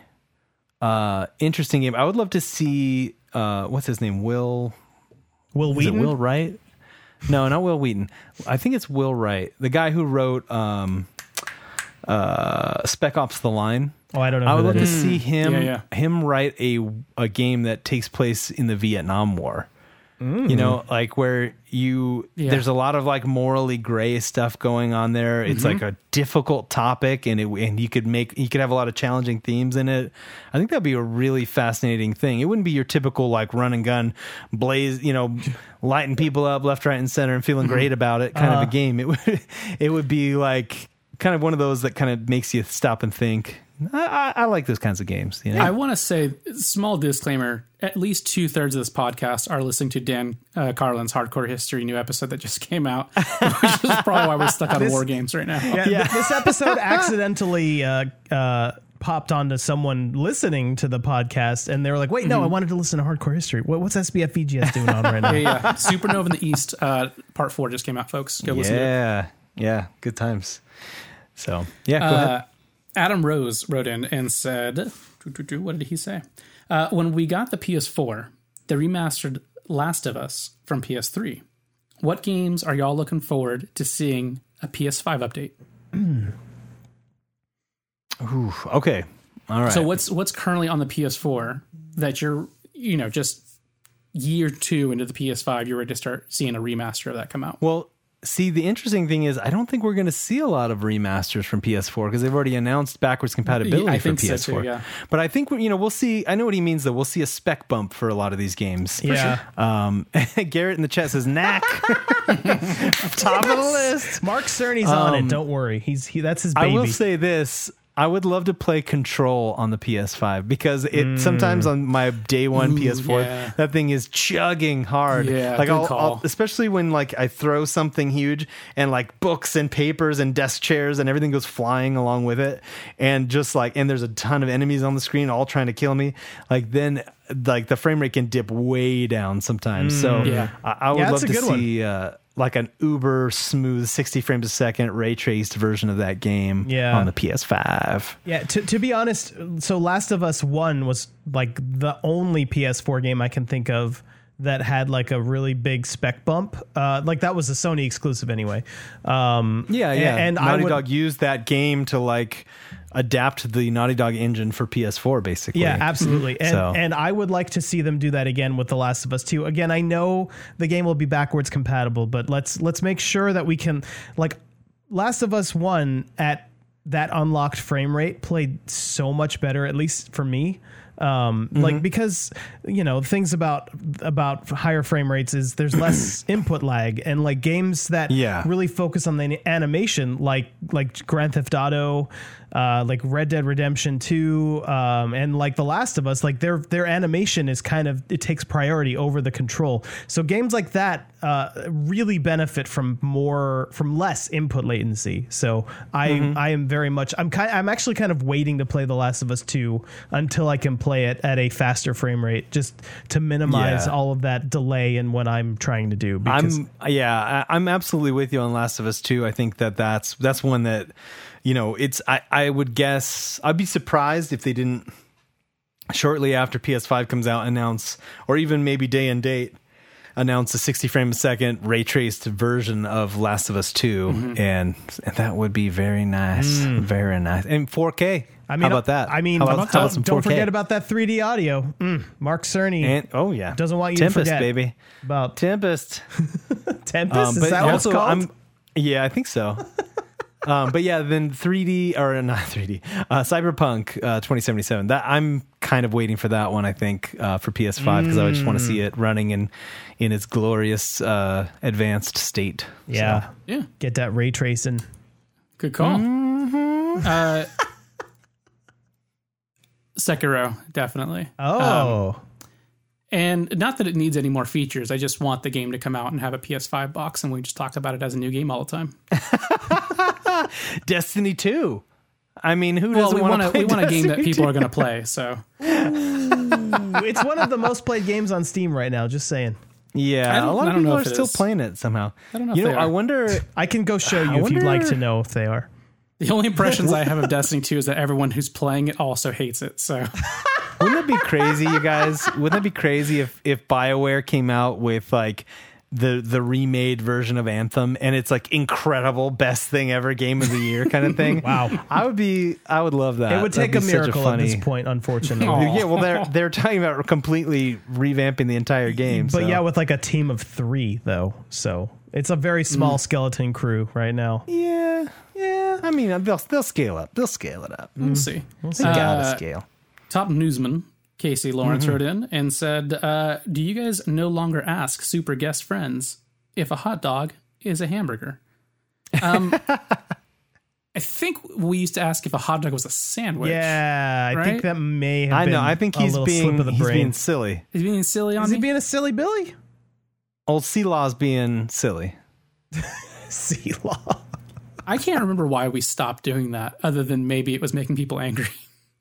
S2: uh, interesting game. I would love to see uh, what's his name, Will.
S4: Will
S2: Is it
S4: Wheaton.
S2: Will Wright? No, not Will Wheaton. I think it's Will Wright, the guy who wrote um, uh, Spec Ops: The Line.
S4: oh, I don't know.
S2: I
S4: who
S2: would love
S4: that
S2: to
S4: is.
S2: see him
S3: Yeah, yeah.
S2: him write a a game that takes place in the Vietnam War. You know, like where you
S3: Mm-hmm. Yeah.
S2: there's a lot of like morally gray stuff going on there. It's
S3: Mm-hmm.
S2: like a difficult topic, and it and you could make you could have a lot of challenging themes in it. I think that'd be a really fascinating thing. It wouldn't be your typical like run and gun blaze, you know, lighting people up left, right, and center, and feeling
S3: Mm-hmm.
S2: great about it
S3: Uh-huh.
S2: kind of a game. It would it would be like kind of one of those that kind of makes you stop and think. I, I, I like those kinds of games. You know?
S3: I want to say, small disclaimer: at least two thirds of this podcast are listening to Dan uh, Carlin's Hardcore History new episode that just came out, which is probably why we're stuck on war games right now.
S4: Yeah, th- this episode accidentally uh, uh, popped onto someone listening to the podcast, and they were like, "Wait, no, I
S2: Mm-hmm.
S4: wanted to listen to Hardcore History. What, what's SBFBGS doing on right now?"
S3: yeah, yeah. Supernova in the East, uh, part four just came out, folks. Go listen to it.
S2: yeah, yeah, good times. So yeah, go ahead.
S3: Uh, Adam Rose wrote in and said, doo, doo, doo, What did he say? Uh, when we got the PS4, they remastered Last of Us from PS3. What games are y'all looking forward to seeing a PS5 update?
S2: Ooh, okay, all right.
S3: So what's what's currently on the PS4 that you're you know just year two into the PS5 you're ready to start seeing a remaster of that come out?
S2: well, see, the interesting thing is, I don't think we're going to see a lot of remasters from PS4 because they've already announced backwards compatibility
S3: Yeah, I
S2: for
S3: think so,
S2: PS4.
S3: too, yeah.
S2: But I think we, you know we'll see. I know what he means though. We'll see a spec bump for a lot of these games.
S4: Yeah.
S2: Um, Garrett in the chat says knack. Top of the list.
S4: Mark Cerny's on it. Don't worry, he's he. That's his
S2: Um, I
S4: baby.
S2: will say this. I would love to play Control on the PS5 because it sometimes on my day one PS4
S3: Mm. yeah.
S2: that thing is chugging hard.
S3: Yeah,
S2: like
S3: good
S2: I'll, I'll
S3: call.
S2: especially when like I throw something huge and like books and papers and desk chairs and everything goes flying along with it and just like and there's a ton of enemies on the screen all trying to kill me. Like then like the frame rate can dip way down sometimes. so
S3: Mm. yeah.
S2: I, I would
S4: Yeah,
S2: love
S4: that's
S2: to
S4: a good one.
S2: see uh, like an uber smooth 60 frames a second ray traced version of that game
S4: Yeah.
S2: on the PS5.
S4: Yeah, to, to be honest, so Last of Us 1 was like the only PS4 game I can think of that had like a really big spec bump. Uh, like that was a Sony exclusive anyway. Um, a- And,
S2: And, Naughty
S4: I would,
S2: Dog used that game to like adapt the Naughty Dog engine for PS4 basically.
S4: Yeah, absolutely. And
S2: So-
S4: and I would like to see them do that again with The Last of Us 2. Again, I know the game will be backwards compatible, but let's let's make sure that we can like Last of Us 1 at that unlocked frame rate played so much better, at least for me. Um,
S2: Mm-hmm.
S4: Like because you know things about about higher frame rates is there's less input lag and like games that
S2: Yeah.
S4: really focus on the animation like like Grand Theft Auto, uh, like Red Dead Redemption Two, um, and like The Last of Us. Like their their animation is kind of it takes priority over the control. So games like that uh, really benefit from more from less input latency. So I
S2: Mm-hmm.
S4: I am very much I'm kind I'm actually kind of waiting to play The Last of Us Two until I can play it at a faster frame rate just to minimize
S2: Yeah.
S4: all of that delay in what I'm trying to do. Because
S2: I'm yeah, I, I'm absolutely with you on Last of Us 2. I think that that's that's one that you know, it's I I would guess I'd be surprised if they didn't shortly after PS5 comes out announce or even maybe day and date announce a 60 frame a second ray traced version of Last of Us 2
S4: Mm-hmm.
S2: and, and that would be very nice, very nice. And 4K.
S4: Mm. I mean,
S2: how about that?
S4: I mean,
S2: how about, how about some
S4: don't, don't
S2: 4K?
S4: forget about that 3D audio. Mm, Mark Cerny
S2: and, oh yeah.
S4: doesn't want you
S2: Tempest,
S4: to forget
S2: baby.
S4: about
S2: Tempest.
S4: Tempest.
S2: Um,
S4: Is that what it's called?
S2: yeah, I think so. um, but yeah, then 3D or not 3D, uh, Cyberpunk uh, 2077. That I'm kind of waiting for that one. I think uh, for PS5 because I just want to see
S3: Mm.
S2: it running in in its glorious uh, advanced state.
S4: yeah,
S3: Yeah.
S4: get that ray tracing.
S3: Good call. Uh, Sekiro, definitely. Um,
S4: Oh,
S3: and not that it needs any more features. I just want the game to come out and have a PS5 box and we just talk about it as a new game all the time.
S2: Destiny 2. I mean, who
S3: Well,
S2: doesn't
S3: we
S2: want to?
S3: we want a game that people are going to play. So
S4: it's one of the most played games on Steam right now. Just saying,
S3: I
S2: Yeah, a
S3: don't-
S2: lot
S3: I
S2: of
S3: don't know
S2: people are
S3: if it
S2: still
S3: is.
S2: playing it somehow. I
S3: don't know if
S2: You know,
S3: they
S2: I
S3: are.
S2: wonder.
S4: I can go show you if
S2: wonder-
S4: you'd like to know if they are.
S3: the only impressions I have of Destiny 2 is that everyone who's playing it also hates it. So
S2: Wouldn't it be crazy, you guys? Wouldn't it be crazy if if Bioware came out with like the the remade version of Anthem and it's like incredible best thing ever game of the year kind of thing?
S4: Wow.
S2: I would be I would love that.
S4: It would take
S2: That'd
S4: a
S2: be such
S4: miracle at
S2: funny-
S4: this point, unfortunately.
S3: Aw.
S2: Yeah, well they're they're talking about completely revamping the entire game.
S4: But
S2: so.
S4: yeah, with like a team of three though, so it's a very small
S2: Mm.
S4: skeleton crew right now.
S2: yeah, yeah. I mean, they'll they'll scale up. They'll scale it up.
S3: Hmm. we'll see.
S2: They gotta
S3: Uh,
S2: scale.
S3: Top newsman Casey Lawrence
S4: Mm-hmm.
S3: wrote in and said, uh, "Do you guys no longer ask super guest friends if a hot dog is a hamburger?" Um, I think we used to ask if a hot dog was a sandwich.
S4: Yeah, I think
S3: Right?
S4: that may have
S2: I
S4: been
S2: know. I think
S4: a
S2: he's
S4: little
S2: being
S4: slip of the
S2: he's
S4: brain.
S2: being silly.
S3: is he being silly on
S4: Is he
S3: me.
S4: being a silly Billy?
S2: Old Sea Law's being silly.
S4: Sea law.
S3: I can't remember why we stopped doing that, other than maybe it was making people angry.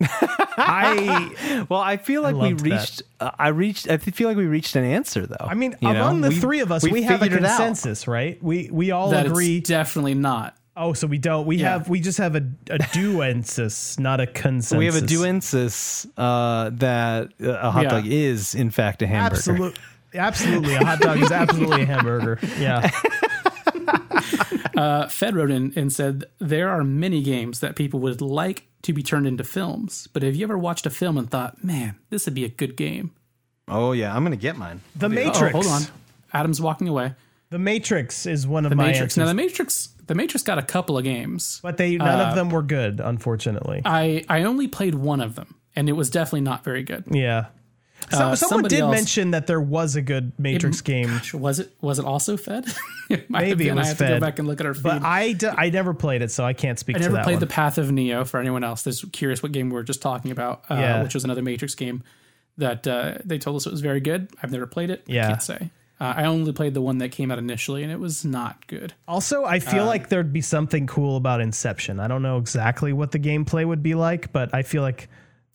S4: I
S2: Well, I feel like we
S4: loved that.
S2: reached. Uh, I reached. I feel like we reached an answer, though.
S4: I mean,
S2: You know?
S4: among the three of us, we, have a
S2: figured it out.
S4: consensus, right? We we all
S3: that
S4: agree.
S3: it's definitely not.
S4: oh, so we don't. We have we just have a, a duensis, not a consensus.
S2: We have a duensis uh, that uh, a hot
S3: Yeah.
S2: dog is, in fact, a hamburger.
S4: Absolutely, absolutely. A hot dog is absolutely a hamburger. Yeah,
S3: Uh, Fed wrote in and said, There are many games that people would like to be turned into films, but have you ever watched a film and thought, man, this would be a good game?
S2: Oh yeah, I'm gonna get mine.
S4: The
S3: Oh,
S4: Matrix.
S3: hold on. Adam's walking away.
S4: The Matrix is one of
S3: The
S4: my
S3: Matrix. Now
S4: answers,
S3: the Matrix the Matrix got a couple of games.
S4: but they none
S3: Uh,
S4: of them were good, unfortunately.
S3: I, I only played one of them and it was definitely not very good.
S4: yeah. So,
S3: Uh,
S4: someone
S3: somebody
S4: did
S3: else-
S4: mention that there was a good Matrix game,
S3: Was it was it also Fed? It might have
S4: Maybe it
S3: been.
S4: was
S3: I have to
S4: Fed,
S3: go back and look at our feed.
S4: but I, d- I never played it, so I can't speak
S3: I
S4: to
S3: never
S4: that
S3: played
S4: one.
S3: the Path of Neo for anyone else. That's curious what game we were just talking about, uh,
S4: Yeah.
S3: which was another Matrix game that uh, they told us it was very good. I've never played it.
S4: Yeah.
S3: I can't say. Uh, I only played the one that came out initially, and it was not good.
S4: Also, I
S2: Uh,
S4: feel like there'd be something cool about Inception. I don't know exactly what the gameplay would be like, but I feel like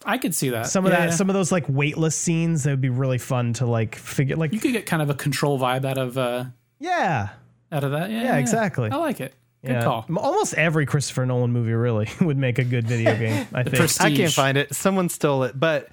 S3: I could see that.
S4: some of
S3: Yeah,
S4: that,
S3: yeah.
S4: some of those like weightless scenes, that would be really fun to like figure. Like,
S3: you could get kind of a control vibe out of uh,
S4: yeah,
S3: out of that. Yeah,
S4: exactly.
S3: I like it. Good
S4: yeah.
S3: call.
S4: M- Almost every Christopher Nolan movie really would make a good video game. I think.
S3: Prestige.
S2: I can't find it. Someone stole it, but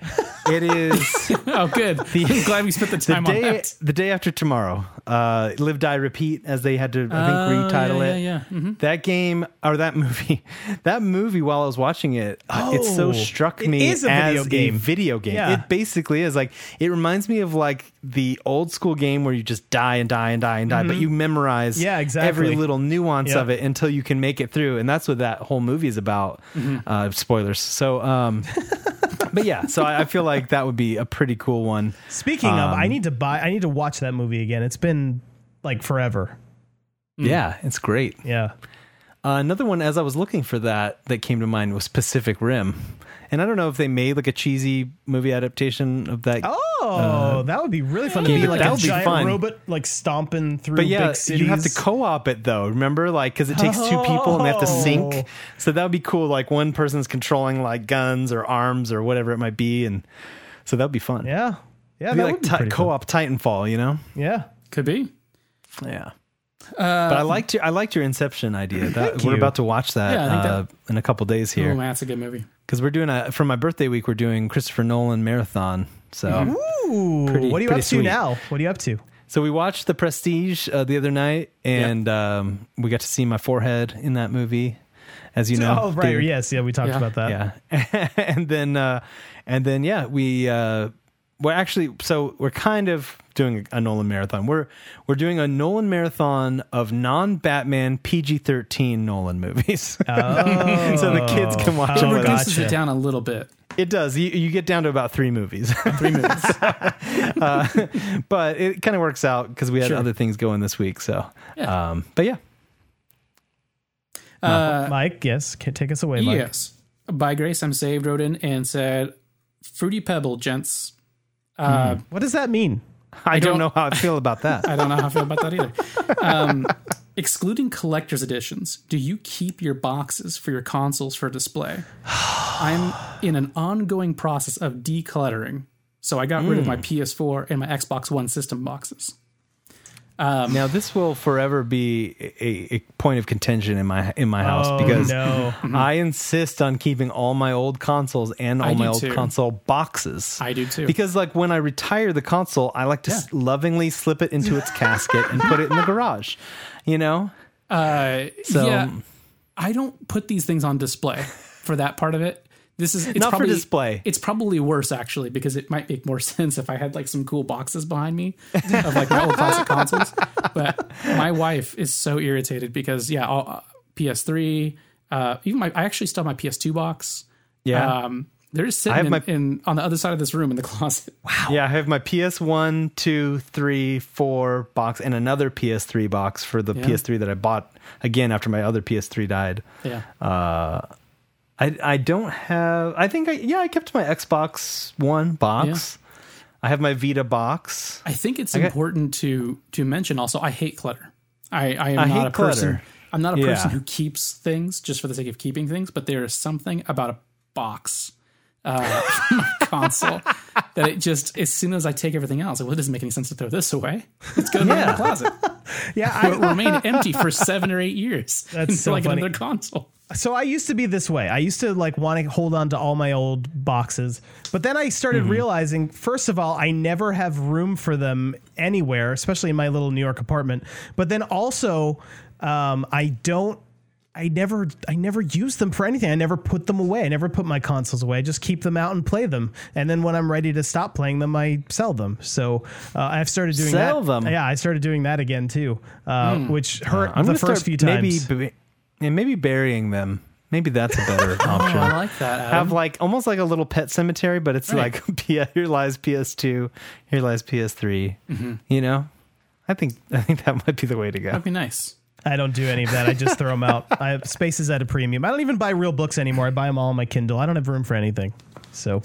S2: it is
S3: Oh, good. I'm glad we spent the
S2: the
S3: time on
S2: day.
S3: that.
S2: The day after tomorrow, uh, live, die, repeat, as they had to, I think,
S4: Oh,
S2: retitle
S3: yeah,
S2: it.
S3: yeah, yeah. Mhm.
S2: That game or that movie, that movie. While I was watching it, uh, it so
S4: Oh,
S2: struck
S4: it
S2: me
S4: is a
S2: as
S4: video game.
S2: a video game.
S4: Yeah.
S2: It basically is like it reminds me of like the old school game where you just die and die and die and die, but you memorize
S4: Mm-hmm. Yeah, exactly.
S2: every little nuance
S4: Yep.
S2: of it until you can make it through, and that's what that whole movie is about.
S4: Mm-hmm.
S2: Uh, spoilers. So, um, but yeah, so I, I feel like that would be a pretty cool one.
S4: Speaking of,
S2: um,
S4: I need to buy. I need to watch that movie again. It's been like forever. Mm.
S2: Yeah, it's great.
S4: Yeah.
S2: Uh, another one, as I was looking for that, that came to mind was Pacific Rim, and I don't know if they made like a cheesy movie adaptation of that.
S4: Oh, that would be really fun
S2: Uh, yeah,
S4: to be
S2: but
S4: like
S2: that
S4: a
S2: would be
S4: giant
S2: fun.
S4: robot, like stomping through
S2: But yeah,
S4: big cities.
S2: you have to co-op it though. Remember, like because it takes two people and they have to
S4: Oh.
S2: sync. So that would be cool. Like one person's controlling like guns or arms or whatever it might be, and so that'd be fun.
S4: yeah,
S2: It'd
S4: yeah, that
S2: be
S4: would
S2: like
S4: be
S2: ti-
S4: pretty fun.
S2: co-op Titanfall, you know?
S4: Yeah,
S3: Could be.
S2: Yeah. but I liked your I liked your Inception idea. That, we're
S4: Um, you.
S2: about to watch that,
S3: Yeah, I think
S2: uh, in a couple days
S3: Oh,
S2: here
S3: man, that's a good movie.
S2: because we're doing a for my birthday week. We're doing Christopher Nolan marathon. So
S4: Mm-hmm. Ooh,
S2: Pretty-
S4: what are you up
S2: pretty
S4: to
S2: sweet.
S4: now? What are you up to?
S2: so we watched The Prestige uh, the other night, and um, we got to see my forehead in that movie. As you know,
S4: oh, right.
S2: David-
S4: Yes, yeah, we talked
S3: Yeah.
S4: about that.
S2: yeah and then uh and then yeah we uh we're actually so we're kind of doing a Nolan marathon. We're we're doing a Nolan marathon of non-Batman PG-13 Nolan movies. so the kids can watch
S4: Oh,
S2: them with us.
S3: Reduces
S4: gotcha.
S3: it down a little bit.
S2: It does. You, you get down to about three movies. three movies. uh, but it kind of works out because we had
S3: Sure.
S2: other things going this week. So,
S3: Yeah.
S2: um, but yeah,
S3: Uh,
S4: Mike, yes, can take us away, Mike.
S3: yes. By grace, I'm saved. Wrote in and said, "Fruity Pebble, gents." Uh,
S4: What does that mean?
S2: I, don't,
S3: don't-
S2: know how I feel about that.
S3: I don't know how I feel about that either. Um, excluding collector's editions, do you keep your boxes for your consoles for display? I'm in an ongoing process of decluttering, so I got rid of my PS4 and my Xbox One system boxes. Um,
S2: Now this will forever be a, a point of contention in my in my
S3: Oh,
S2: house because
S4: no.
S2: I insist on keeping all my old consoles and all
S3: I
S2: my
S3: do
S2: old
S3: too.
S2: console boxes.
S3: I do too.
S2: Because like when I retire the console, I like to s- lovingly slip it into its casket and put it in the garage. You know?
S3: Uh,
S2: So-
S3: yeah, I don't put these things on display for that part of it. This is it's
S2: Not for
S3: probably,
S2: display.
S3: It's probably worse actually because it might make more sense if I had like some cool boxes behind me of like my old classic consoles. But my wife is so irritated because yeah, all, uh, PS3, uh, even my I actually still have my PS2 box.
S2: Yeah.
S3: Um, they're just sitting
S2: have
S3: in,
S2: my-
S3: in- on the other side of this room in the closet.
S2: Yeah, I have my PS1, 2, 3, 4 box and another PS3 box for the PS3 that I bought again after my other PS3 died.
S3: Yeah.
S2: I I don't have. I think I yeah I kept my Xbox One box. I have my Vita box.
S3: I think it's important to to mention also. I hate clutter. I, I am
S2: I hate
S3: not a person.
S2: clutter.
S3: I'm not a
S2: Yeah.
S3: person who keeps things just for the sake of keeping things. But there is something about a box, uh, my console, that it just as soon as I take everything else, well, it doesn't make any sense to throw this away. It's going to be in the closet.
S4: Yeah,
S3: It'll remain empty for seven or eight years. until
S4: so
S3: I get
S4: funny.
S3: another console.
S4: I, so I used to be this way. I used to like want to hold on to all my old boxes, but then I started
S2: Mm-hmm.
S4: realizing, first of all, I never have room for them anywhere, especially in my little New York apartment. But then also, um, I don't. I never, I never use them for anything. I never put them away. I never put my consoles away. I just keep them out and play them. And then when I'm ready to stop playing them, I sell them. So uh, I've started doing
S2: Sell
S4: that.
S2: them. Hmm.
S4: Yeah, I started doing that again too, uh, which hurt
S2: I'm
S4: the
S2: gonna start
S4: first few times.
S2: Maybe bu- yeah, maybe burying them. Maybe that's a better option.
S3: I like that. Adam.
S2: Have like almost like a little pet cemetery, but it's like P- here lies PS2, here lies PS3. You know, I think I think that might be the way to go.
S3: That'd be nice.
S4: I don't do any of that. I just throw them out. I space is at a premium. I don't even buy real books anymore. I buy them all on my Kindle. I don't have room for anything. So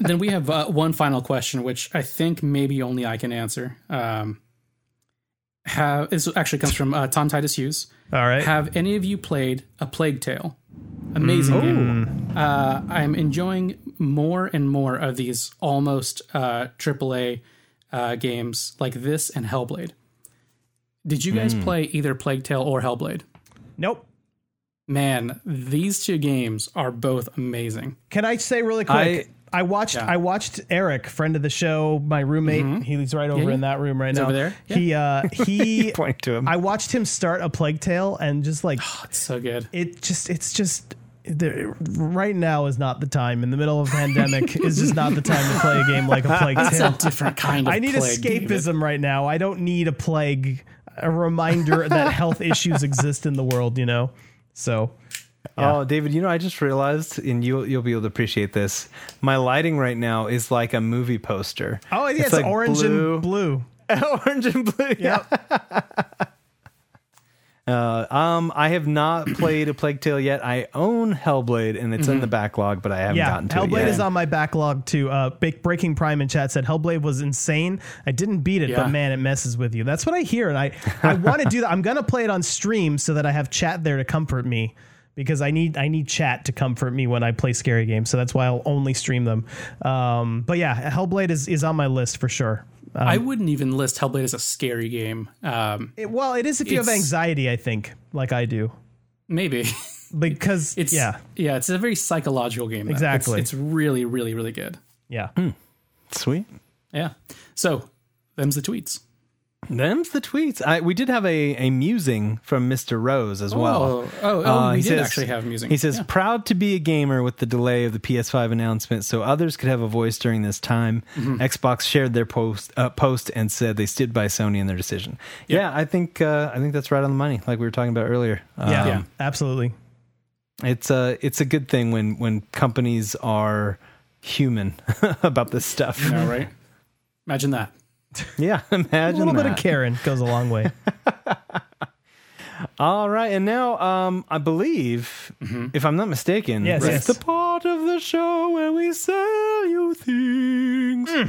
S3: then we have uh, one final question, which I think maybe only I can answer. Um, have this actually comes from uh, Tom Titus Hughes.
S4: all right.
S3: Have any of you played A Plague Tale? Amazing
S4: Mm.
S3: game. Uh, I'm enjoying more and more of these almost uh, AAA uh, games like this and Hellblade. Did you
S4: Mm.
S3: guys play either Plague Tale or Hellblade?
S4: nope.
S3: Man, these two games are both amazing.
S4: Can I say really quick? I, watched I watched Eric, friend of the show, my roommate. He's right over
S3: yeah.
S4: in that room right now.
S3: over there?
S4: He uh he
S2: Point to him.
S4: I watched him start a plague tale and just like
S3: It's so good.
S4: it just it's just the, right now is not the time. In the middle of a pandemic is just not the time to play a game like a plague
S3: It's a
S4: tale.
S3: different kind of
S4: I need
S3: plague, David.
S4: escapism right now. I don't need a plague. a reminder that health issues exist in the world, you know? So
S2: Oh, David, you know, I just realized, and you you'll be able to appreciate this. My lighting right now is like a movie poster.
S4: Oh yeah, it's,
S2: like
S4: orange
S2: blue,
S4: and blue.
S2: orange and blue. Yeah. Uh, um, I have not played a Plague Tale yet. I own Hellblade, and it's in the backlog, but I haven't
S4: Mm-hmm. Yeah,
S2: gotten to it
S4: Hellblade
S2: yet.
S4: is on my backlog too. Uh, Bake Breaking Prime in chat said Hellblade was insane. I didn't beat it,
S3: Yeah.
S4: but man, it messes with you. That's what I hear, and I I want to do that. I'm gonna play it on stream so that I have chat there to comfort me because I need I need chat to comfort me when I play scary games. So that's why I'll only stream them. Um, but yeah, Hellblade is is on my list for sure. Uh,
S2: Um,
S3: I wouldn't even list Hellblade as a scary game. Um,
S4: it- well, it is if you have
S3: It's-
S4: anxiety, I think, like I do,
S3: maybe
S4: because
S3: it's
S4: yeah,
S3: yeah. It's a very psychological game. though. It's-
S4: Exactly.
S3: It's, really, really, really good.
S4: yeah.
S2: Sweet.
S3: Yeah. So, them's the tweets.
S2: Them's the tweets. I, we did have a, a musing from Mr. Rose as well.
S3: oh, oh,
S2: Uh,
S3: we
S2: he
S3: did
S2: says-
S3: actually have music.
S2: He says,
S3: Yeah.
S2: proud to be a gamer with the delay of the PS5 announcement so others could have a voice during this time.
S3: Mm-hmm.
S2: Xbox shared their post uh, post and said they stood by Sony in their decision. Yeah, I think uh, I think that's right on the money, like we were talking about earlier.
S4: Yeah,
S2: Um,
S3: Yeah.
S4: absolutely.
S2: It's a it's a good thing when when companies are human about this stuff.
S3: I know, right? Imagine that.
S2: Yeah,
S4: A
S2: imagine
S4: little
S2: that.
S4: bit of Karen goes a long way.
S2: All right, and now um, I believe, if I'm not mistaken,
S4: Yes,
S2: it's
S4: yes.
S2: the part of the show where we sell you things.
S4: Hmm.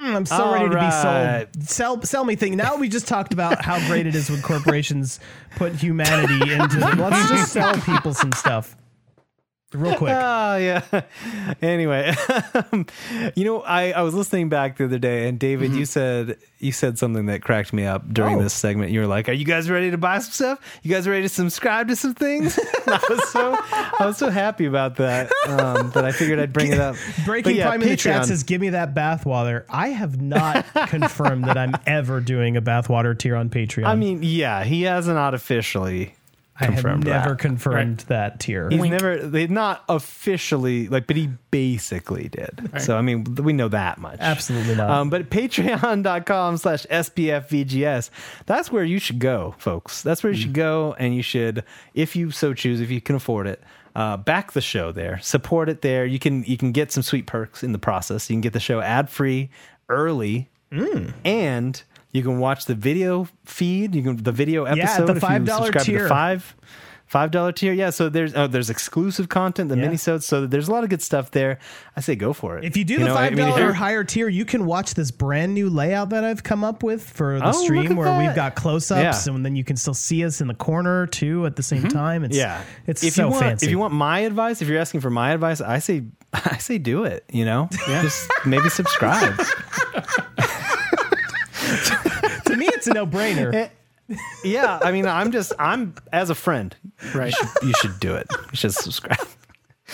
S2: Hmm,
S4: I'm so
S2: All
S4: ready to
S2: right.
S4: be sold. Sell, sell me thing. Now we just talked about how great it is when corporations put humanity into. Them. Let's just sell people some stuff, real quick.
S2: Ah, yeah. Anyway, you know, I, I was listening back the other day, and David, you said you said something that cracked me up during
S4: Oh.
S2: this segment. You were like, "Are you guys ready to buy some stuff? You guys ready to subscribe to some things?" And I was so I was so happy about that um, that I figured I'd bring it up.
S4: Breaking
S2: But yeah,
S4: prime in the chat
S2: Patreon.
S4: says, "Give me that bathwater." I have not confirmed that I'm ever doing a bathwater tier on Patreon.
S2: I mean, yeah, he hasn't officially.
S4: I have
S2: confirmed that.
S4: never confirmed that tier.
S2: He's never they not officially like, but he basically did. So I mean, we know that much.
S4: Absolutely not.
S2: Um, but patreon.com slash SPFVGS, that's where you should go, folks. That's where you should go. And you should, if you so choose, if you can afford it, uh, back the show there, support it there. You can, you can get some sweet perks in the process. You can get the show ad free early
S4: Mm.
S2: and you can watch the video feed. You can, the video episode,
S4: at the
S2: if you
S4: $5
S2: subscribe to the
S4: tier.
S2: five five dollar tier yeah so there's oh, there's exclusive content the
S4: Yeah.
S2: minisodes so there's a lot of good stuff there i say go for it
S4: If you do the
S2: know, I
S4: five
S2: mean, if
S4: dollar
S2: you're-
S4: or higher tier, you can watch this brand new layout that I've come up with for the
S2: Oh, look
S4: stream,
S2: at
S4: where
S2: that.
S4: we've got close ups,
S2: Yeah. Mm-hmm.
S4: and then you can still see us in the corner too at the same time. It's
S2: Yeah,
S4: it's
S2: if
S4: so
S2: you want,
S4: fancy.
S2: If you want my advice, if you're asking for my advice, I say, I say, do it. You know, just maybe subscribe.
S4: to me, it's a no brainer.
S2: yeah, I mean, I'm just, I'm as a friend,
S3: Right.
S2: you should do it. You should subscribe.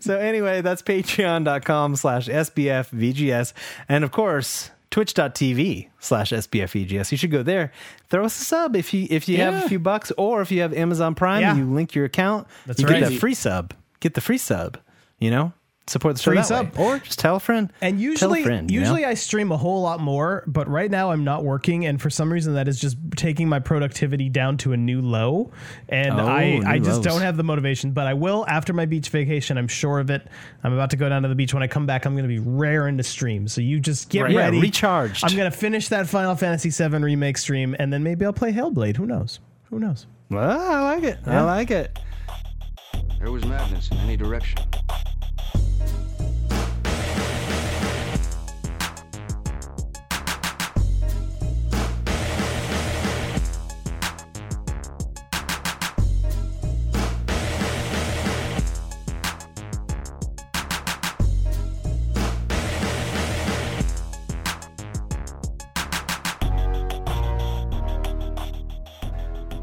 S2: so anyway, that's patreon.com slash SBFVGS. And of course, twitch.tv slash SBFVGS. You should go there. Throw us a sub if you if you have
S3: Yeah.
S2: a few bucks, or if you have Amazon Prime,
S4: Yeah.
S2: you link your account.
S4: That's
S2: you
S4: right.
S2: get that free sub. Get the free sub, you know? Support the show
S4: Free
S2: that
S4: sub.
S2: way. Or just tell a friend.
S4: And usually,
S2: tell a friend, you know?
S4: usually I stream a whole lot more, but right now I'm not working, and for some reason that is just taking my productivity down to a new low, and
S2: Oh,
S4: I I
S2: new
S4: just
S2: lows.
S4: don't have the motivation. But I will after my beach vacation. I'm sure of it. I'm about to go down to the beach. When I come back, I'm going to be raring to stream. So you just get
S3: Right. Yeah,
S4: ready,
S2: recharged.
S4: I'm going to finish that Final Fantasy VII remake stream, and then maybe I'll play Hellblade. Who knows? Who knows?
S2: Well, I like it. I like it.
S5: There was madness in any direction.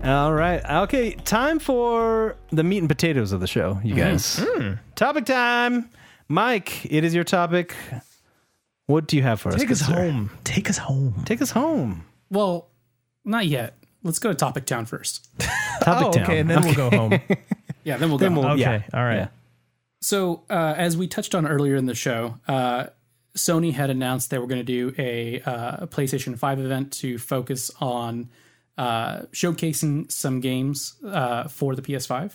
S2: All right. Okay. Time for the meat and potatoes of the show,
S4: Mm-hmm.
S2: you guys.
S4: Mm.
S2: Topic time. Mike, it is your topic. What do you have for us?
S4: Take
S2: good
S4: us
S2: sir?
S4: home. Take us home.
S2: Take us home.
S3: Well, not yet. Let's go to Topic Town first.
S2: Topic
S4: oh,
S2: town.
S4: okay, and then we'll go home. Okay,
S3: Yeah, then we'll go. home.
S2: we'll- Yeah.
S4: all right.
S2: Yeah.
S3: So, uh, as we touched on earlier in the show, uh, Sony had announced they were going to do a uh, PlayStation 5 event to focus on uh, showcasing some games uh, for the PS5.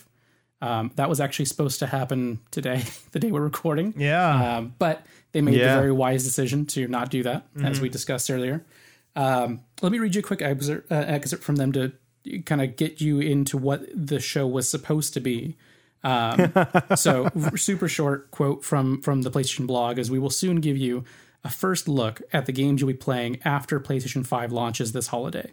S3: Um, that was actually supposed to happen today, the day we're recording.
S4: Yeah.
S3: Um, but they made
S2: Yeah.
S3: the very wise decision to not do that, as we discussed earlier. Um, let me read you a quick excerpt, uh, excerpt from them to kind of get you into what the show was supposed to be. Um, so, r- super short quote from from the PlayStation blog is: "We will soon give you a first look at the games you'll be playing after PlayStation 5 launches this holiday."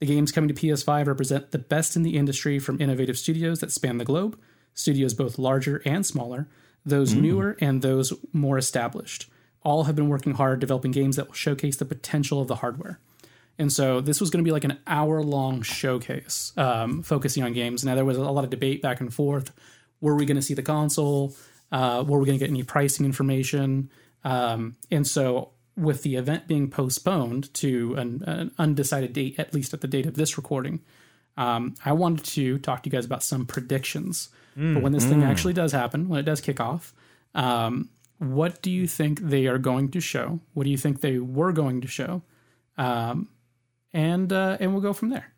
S3: The games coming to PS5 represent the best in the industry from innovative studios that span the globe, studios both larger and smaller, those newer and those more established. All have been working hard developing games that will showcase the potential of the hardware. And so this was going to be like an hour long showcase um, focusing on games. Now, there was a lot of debate back and forth. Were we going to see the console? Uh, were we going to get any pricing information? Um, and so, with the event being postponed to an, an undecided date, at least at the date of this recording, um, I wanted to talk to you guys about some predictions for when this thing actually does happen, when it does kick off. Um, what do you think they are going to show? What do you think they were going to show? Um, and uh, and we'll go from there.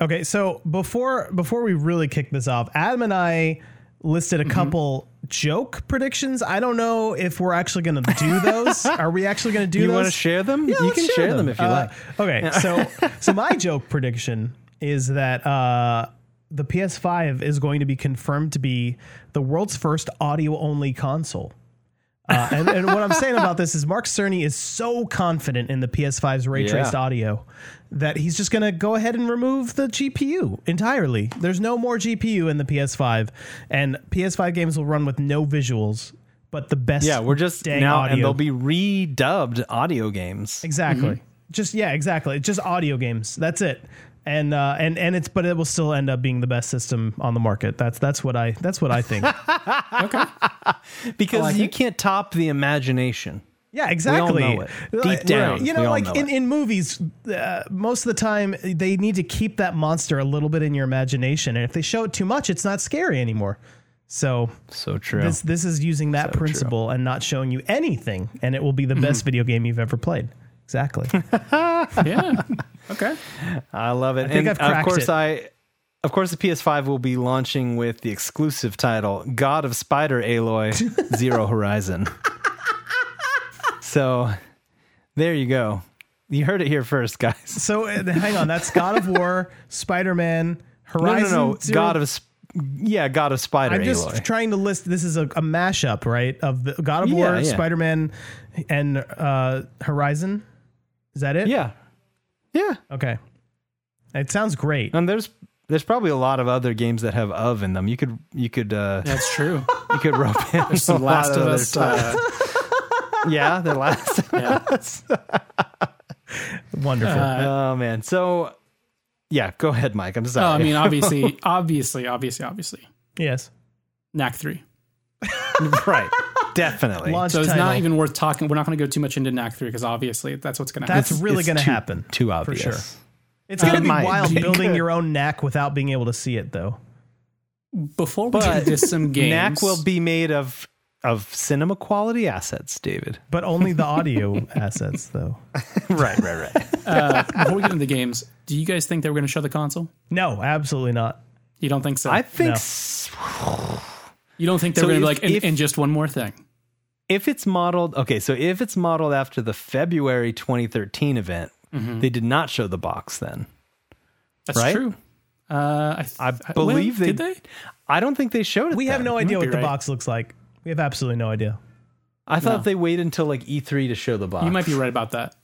S4: Okay, so before before we really kick this off, Adam and I listed a couple joke predictions. I don't know if we're actually going to do those. Are we actually going to do
S2: You
S4: those?
S2: want to share them?
S4: Yeah,
S2: you
S4: let's
S2: can share, them. if you
S4: Uh,
S2: like.
S4: Okay, so so my joke prediction is that uh, the PS5 is going to be confirmed to be the world's first audio only console. Uh, and, and what I'm saying about this is Mark Cerny is so confident in the PS5's ray traced
S2: Yeah.
S4: audio that he's just going to go ahead and remove the GPU entirely. There's no more GPU in the PS5, and PS5 games will run with no visuals, but the best.
S2: Yeah, we're just
S4: dang
S2: now,
S4: audio.
S2: and they'll be redubbed audio games.
S4: Exactly.
S2: Mm-hmm.
S4: Just yeah, exactly. Just audio games. That's it. And uh, and and it's but it will still end up being the best system on the market. That's that's what I that's what I think.
S2: Because
S3: like
S2: you
S3: it.
S2: can't top the imagination.
S4: yeah, exactly.
S2: know it. Deep
S4: Like,
S2: down, we
S4: you know,
S2: all
S4: like
S2: know
S4: in
S2: it.
S4: in movies, uh, most of the time they need to keep that monster a little bit in your imagination, and if they show it too much, it's not scary anymore. So
S2: So true.
S4: this this is using that principle and not showing you anything, and it will be the
S2: Mm-hmm.
S4: best video game you've ever played. Exactly.
S3: Yeah. okay.
S2: I love it.
S4: think
S2: and uh, of
S4: I've cracked
S2: course
S4: it.
S2: I of course the PS5 will be launching with the exclusive title God of Spider Aloy Zero Horizon. so there you go. You heard it here first, guys.
S4: So uh, hang on, that's God of War, Spider Man,
S2: No, no,
S4: Horizon.
S2: no.
S4: Zero-
S2: God of Sp- yeah, God of Spider
S4: I'm just
S2: Aloy.
S4: trying to list. This is a, a mashup, right? Of the God of
S2: Yeah,
S4: War,
S2: yeah.
S4: Spider Man, and uh, Horizon. Is that it?
S2: yeah. Yeah.
S4: Okay. It sounds great.
S2: And there's there's probably a lot of other games that have of in them. You could you could uh
S3: That's true.
S2: you could rope in
S3: Some
S2: a lot
S3: Last of
S2: other
S3: Us.
S2: titles.
S3: Uh,
S2: yeah, the last
S3: yeah.
S4: Wonderful.
S2: Oh man. So yeah, go ahead, Mike. I'm sorry.
S3: Oh, I mean, obviously, obviously, obviously, obviously,
S4: yes.
S3: Knack three.
S2: right. Definitely.
S4: Launch
S3: So it's
S4: title.
S3: not even worth talking. We're not going to go too much into Knack three because obviously that's what's going to happen.
S4: That's really
S2: It's
S4: going to
S2: too-
S4: happen.
S2: Too obvious.
S4: sure. It's going to
S2: It
S4: be
S2: might
S4: wild
S2: be.
S4: building your own knack without being able to see it, though.
S3: Before we get into some games,
S2: Knack will be made of of cinema quality assets, David.
S4: But only the audio assets, though.
S2: right, right, right.
S3: uh, before we get into the games, do you guys think they were going to show the console?
S4: No, absolutely not.
S3: You don't think so?
S2: I think
S4: Oh, No.
S2: s-
S3: you don't think they're
S2: So
S3: going to be
S2: if-
S3: like, and,
S2: if-
S3: and just one more thing.
S2: if it's modeled okay, so if it's modeled after the February 2013 event, they did not show the box then.
S3: Mm-hmm. That's
S2: Right?
S3: true. Uh, I, th-
S2: I
S3: well,
S2: believe they
S3: did. They
S2: I don't think they showed it.
S4: We have
S2: then.
S4: no idea
S3: might
S4: what
S3: be
S4: the
S3: right.
S4: box looks like. We have absolutely no idea.
S2: I thought
S3: No.
S2: they waited until like E3 to show the box.
S3: You might be right about that.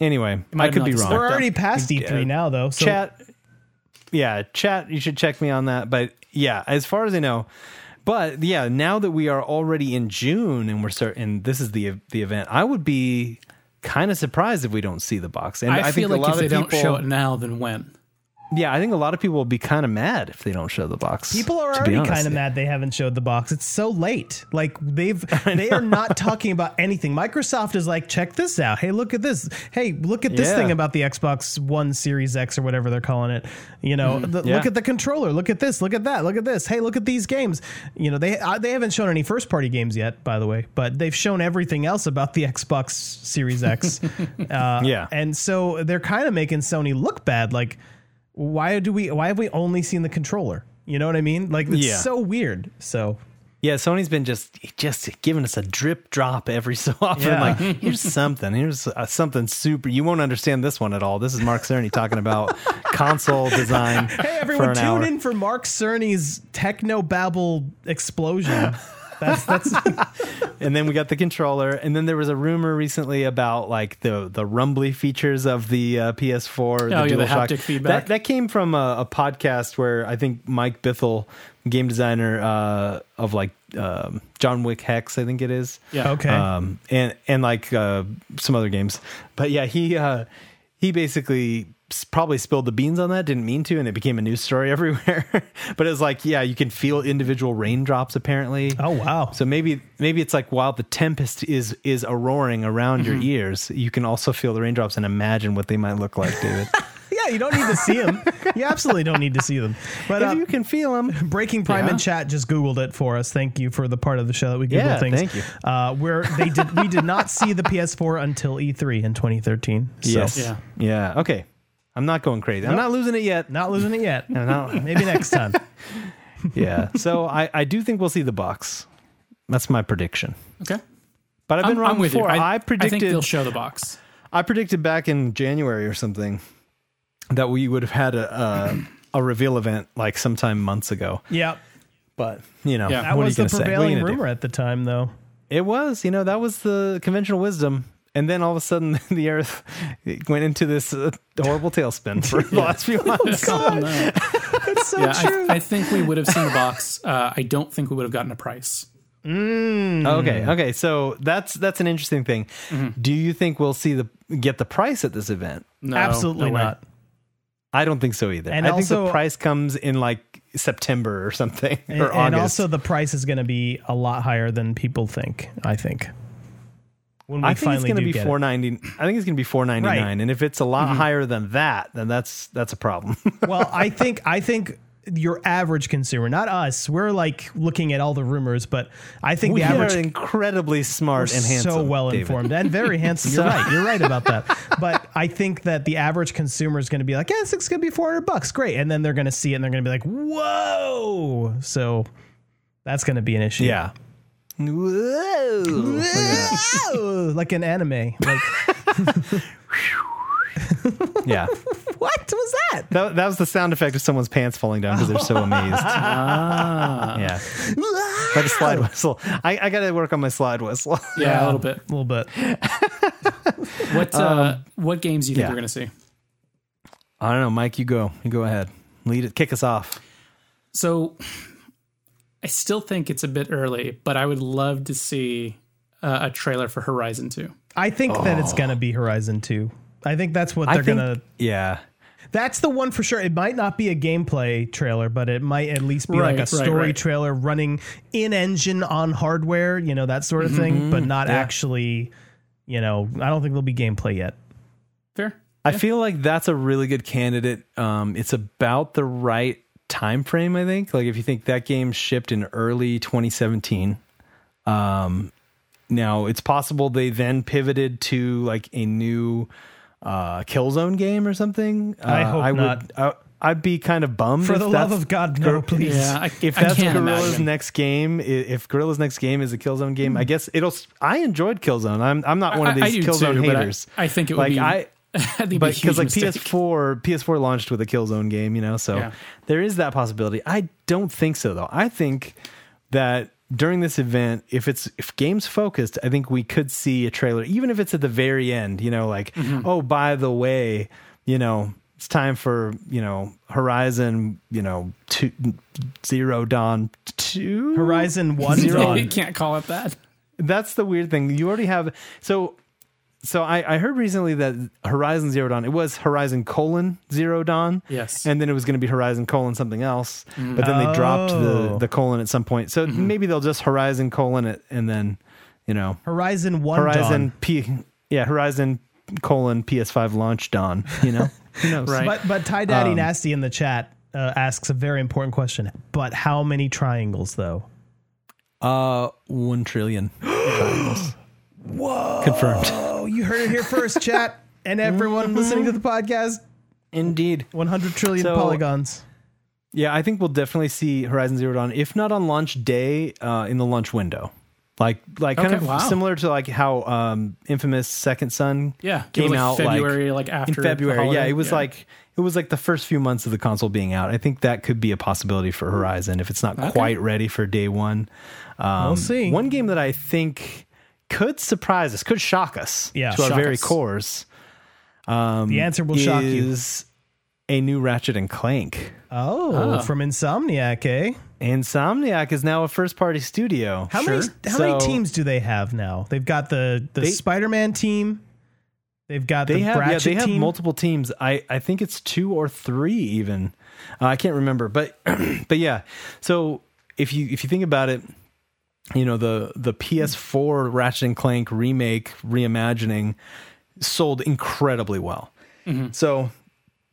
S2: Anyway,
S3: might
S2: I
S3: have
S2: could
S3: been
S2: be
S3: like
S2: wrong.
S3: the
S4: We're already past E3
S2: Yeah.
S4: now, though. So
S2: chat yeah chat you should check me on that but yeah as far as i know but yeah now that we are already in june and we're starting and this is the the event i would be kind of surprised if we don't see the box and
S3: I,
S2: i,
S3: feel
S2: think a
S3: like
S2: lot
S3: if they
S2: of
S3: don't
S2: people
S3: show it now, then when?
S2: Yeah, I think a lot of people will be kind of mad if they don't show the box.
S4: People are
S2: to be
S4: already
S2: honest.
S4: kind of mad they haven't showed the box. It's so late. Like they've they are not talking about anything. Microsoft is like, check this out. Hey, look at this. Hey, look at this
S2: Yeah.
S4: thing about the Xbox One Series X or whatever they're calling it. You know, the-
S2: Mm-hmm. Yeah.
S4: look at the controller. Look at this. Look at that. Look at this. Hey, look at these games. You know, they uh, they haven't shown any first party games yet, by the way, but they've shown everything else about the Xbox Series X. uh,
S2: Yeah.
S4: and so they're kind of making Sony look bad. Like, why do we? Why have we only seen the controller? You know what I mean? Like, it's
S2: Yeah.
S4: so weird. So
S2: Yeah, Sony's been just just giving us a drip drop every so often.
S4: Yeah.
S2: Like here's something, here's uh, something super. You won't understand this one at all. This is Mark Cerny talking about console design.
S4: hey,
S2: for
S4: everyone,
S2: an
S4: tune
S2: hour.
S4: in for Mark Cerny's techno babble explosion. That's that's
S2: and then we got the controller and then there was a rumor recently about like the the rumbly features of the uh, ps4
S3: Oh, yeah, the
S2: DualShock.
S3: haptic feedback.
S2: that, that came from a, a podcast where i think mike bithell game designer uh, of like um, john wick hex i think it is
S3: Yeah.
S4: okay.
S2: um, and and like uh, some other games. But yeah, he uh, he basically s- probably spilled the beans on that, didn't mean to, and it became a news story everywhere. but it was like, yeah, you can feel individual raindrops apparently.
S4: Oh, wow.
S2: So maybe maybe it's like while the tempest is is a roaring around your
S4: Mm-hmm.
S2: ears, you can also feel the raindrops and imagine what they might look like, David.
S4: yeah, you don't need to see them. You absolutely don't need to see them. But
S2: if
S4: uh,
S2: you can feel them,
S4: Breaking Prime
S2: Yeah.
S4: in chat just googled it for us. Thank you for the part of the show that we googled
S2: Yeah,
S4: things.
S2: thank you.
S4: Uh, where they did we did not see the PS4 until E3 in 2013. So
S2: yes,
S3: Yeah.
S2: yeah. okay. I'm not going crazy. I'm not losing it yet.
S4: not losing it yet.
S2: I'm not-
S4: Maybe next time.
S2: yeah. So I, I do think we'll see the box. That's my prediction.
S3: Okay.
S2: But I've been
S3: I'm,
S2: wrong
S3: I'm with
S2: before.
S3: you.
S2: I,
S3: I
S2: predicted
S3: think
S2: I,
S3: they'll show the box.
S2: predicted back in January or something that we would have had a a, a reveal event like sometime months ago.
S4: yep.
S2: But you know,
S3: Yeah.
S4: That
S2: what
S4: was
S2: are you gonna
S4: the
S2: say? What are you
S4: prevailing
S2: gonna do?
S4: rumor at the time, though.
S2: It was, you know, that was the conventional wisdom. And then all of a sudden, the Earth went into this uh, horrible tailspin for the last few months.
S4: It's so
S3: Oh, Yeah, I, I think we would have seen the box. Uh, I don't think we would have gotten a price.
S2: Okay, okay. So that's that's an interesting thing. Do you think we'll see the get the price at this event?
S3: No,
S4: Absolutely
S3: no way.
S4: not.
S2: I don't think so either.
S4: And
S2: I think
S4: also-
S2: the price comes in like September or something
S4: And,
S2: or
S4: and
S2: August.
S4: also, the price is going to be a lot higher than people think. I think. When
S2: I think it's
S4: finally
S2: going to
S4: do
S2: be
S4: get it.
S2: four ninety. I think it's going to be four ninety nine.
S4: Right.
S2: And if it's a lot higher than that, then that's that's a problem.
S4: well, I think I think your average consumer, not us, we're like looking at all the rumors, but I think
S2: we
S4: the average
S2: are incredibly smart and handsome.
S4: so well
S2: David.
S4: informed and very handsome. You're
S2: So-
S4: right. You're right about that. But I think that the average consumer is going to be like, yes, it's going to be 400 bucks. Great. And then they're going to see it and they're going to be like, whoa. So that's going to be an issue.
S2: Yeah. Whoa.
S4: Whoa, like an anime. Like,
S2: yeah.
S4: what was that?
S2: That, that was the sound effect of someone's pants falling down because they're so amazed.
S4: Ah.
S2: Yeah. Like a slide whistle. I, I got to work on my slide whistle.
S3: Yeah, a little bit.
S4: A little bit.
S3: What uh, what games do you think
S2: Um, yeah.
S3: we're gonna see?
S2: I don't know, Mike. You go. You go ahead. Lead it. Kick us off.
S3: So I still think it's a bit early, but I would love to see uh, a trailer for Horizon Two.
S4: I think that it's going to be Horizon 2. I think that's what
S2: Oh. I
S4: they're
S2: think-
S4: going to.
S2: Yeah.
S4: That's the one for sure. It might not be a gameplay trailer, but it might at least be
S3: Right,
S4: like a
S3: right,
S4: story
S3: right.
S4: trailer running in engine on hardware, you know, that sort of
S2: Mm-hmm.
S4: thing, but not actually, you know, I don't think there'll be gameplay yet.
S3: Fair.
S2: I feel like that's a really good candidate. Um, it's about the right time frame, I think. Like if you think that game shipped in early 2017, um, now it's possible they then pivoted to like a new uh, Killzone game or something. Uh,
S4: I hope not.
S2: Would, I, I'd be kind of bummed
S4: For
S2: if
S4: the
S2: that's-
S4: love of God, no, please.
S3: Yeah, I,
S2: if
S3: I
S2: that's
S3: can't
S2: Gorilla's
S3: imagine. Hmm.
S2: next game, i- if Gorilla's next game is a Killzone game, I guess it'll. s- I enjoyed Killzone. I'm I'm not one of
S3: I- I
S2: these
S3: do
S2: Killzone
S3: too, but I-
S2: haters.
S3: I think it would
S2: like
S3: be-
S2: I.
S3: I think it'd be a
S2: But because
S3: huge
S2: like
S3: mistake.
S2: PS4, PS4 launched with a Killzone game, you know, so
S3: Yeah.
S2: there is that possibility. I don't think so though. I think that during this event, if it's if games focused, I think we could see a trailer, even if it's at the very end, you know, like
S3: Mm-hmm.
S2: oh by the way, you know. It's time for you know Horizon, you know two, Zero Dawn two.
S4: Horizon 1
S2: Zero.
S4: Dawn.
S3: you can't call it that.
S2: That's the weird thing. You already have so So I, I heard recently that Horizon Zero Dawn, it was Horizon colon Zero Dawn.
S3: Yes.
S2: And then it was going to be Horizon colon something else. But then they dropped the,
S4: Oh.
S2: the colon at some point. So maybe they'll just Horizon colon it and then, you know,
S4: Horizon One.
S2: Horizon
S4: Dawn.
S2: P. Yeah, Horizon colon PS5 launch Dawn, you know? Who knows?
S3: Right.
S4: But but Ty
S2: Um,
S4: Daddy Nasty in the chat uh, asks a very important question. But how many triangles though?
S2: Uh, one trillion. Whoa. Confirmed.
S4: Oh, you heard it here first, chat, and everyone listening to the podcast.
S2: Indeed.
S4: One hundred trillion
S2: Mm-hmm. So-
S4: polygons.
S2: Yeah, I think we'll definitely see Horizon Zero Dawn, if not on launch day, uh, in the launch window. Like, like kind
S3: Okay,
S2: of
S3: wow.
S2: similar to like how um, infamous Second Son
S3: Yeah, it
S2: came
S3: was like
S2: out
S3: February, like, after
S2: in
S3: the
S2: February. Yeah,
S3: holiday.
S2: it was
S3: Yeah.
S2: like it was like the first few months of the console being out. I think that could be a possibility for Horizon if it's not quite ready for day one. Um,
S4: We'll see.
S2: One game that I think could surprise us, could shock us
S4: Yeah,
S2: to our
S4: shock
S2: very
S3: us.
S2: cores,
S4: the answer will
S2: is
S4: shock you.
S2: a new Ratchet and Clank.
S4: Oh,
S3: Ah.
S4: from Insomniac, eh?
S2: Insomniac is now a first party studio.
S4: How many how many
S2: So-
S4: teams do they have now? They've got the the
S2: They-
S4: Spider-Man team. They've got
S2: They
S4: the
S2: have yeah,
S4: Bratchet
S2: they have
S4: team.
S2: multiple teams. I, I think it's two or three even. Uh, I can't remember, but but yeah. So if you if you think about it, you know the the PS4 Ratchet and Clank remake reimagining sold incredibly well.
S4: Mm-hmm.
S2: So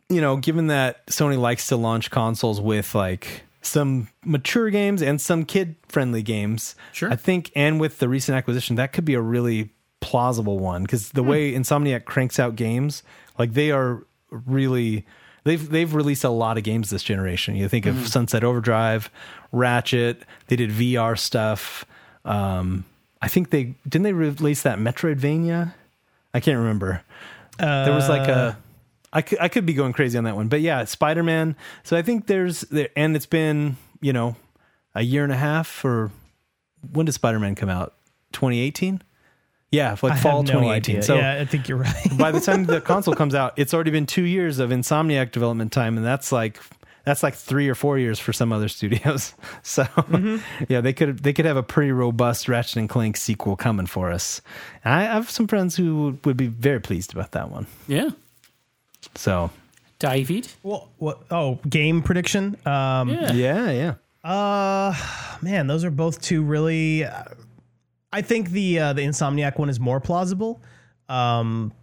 S2: you know, given that Sony likes to launch consoles with like some mature games and some kid friendly games,
S3: Sure.
S2: I think, and with the recent acquisition, that could be a really plausible one because the way Insomniac cranks out games, like they are really. They've, they've released a lot of games this generation. You think of Sunset Overdrive, Ratchet. They did VR stuff. Um, I think they didn't they release that Metroidvania. I can't remember. there was like
S4: Uh.
S2: a I could, I could be going crazy on that one, but yeah, Spider Man. So I think there's there, and it's been you know a year and a half or when did Spider Man come out? 2018. Yeah, like
S4: I
S2: fall
S4: have no
S2: 2018.
S4: idea.
S2: So
S4: yeah, I think you're right.
S2: by the time the console comes out, it's already been two years of Insomniac development time, and that's like that's like three or four years for some other studios. So yeah, they could they could have a pretty robust Ratchet and Clank sequel coming for us. And I I have some friends who would, would be very pleased about that one.
S3: yeah,
S2: So
S3: David.
S4: well, what, oh, game prediction. Um,
S3: Yeah.
S2: yeah, yeah.
S4: Uh, man, those are both two really. I think the uh, the Insomniac one is more plausible. Um,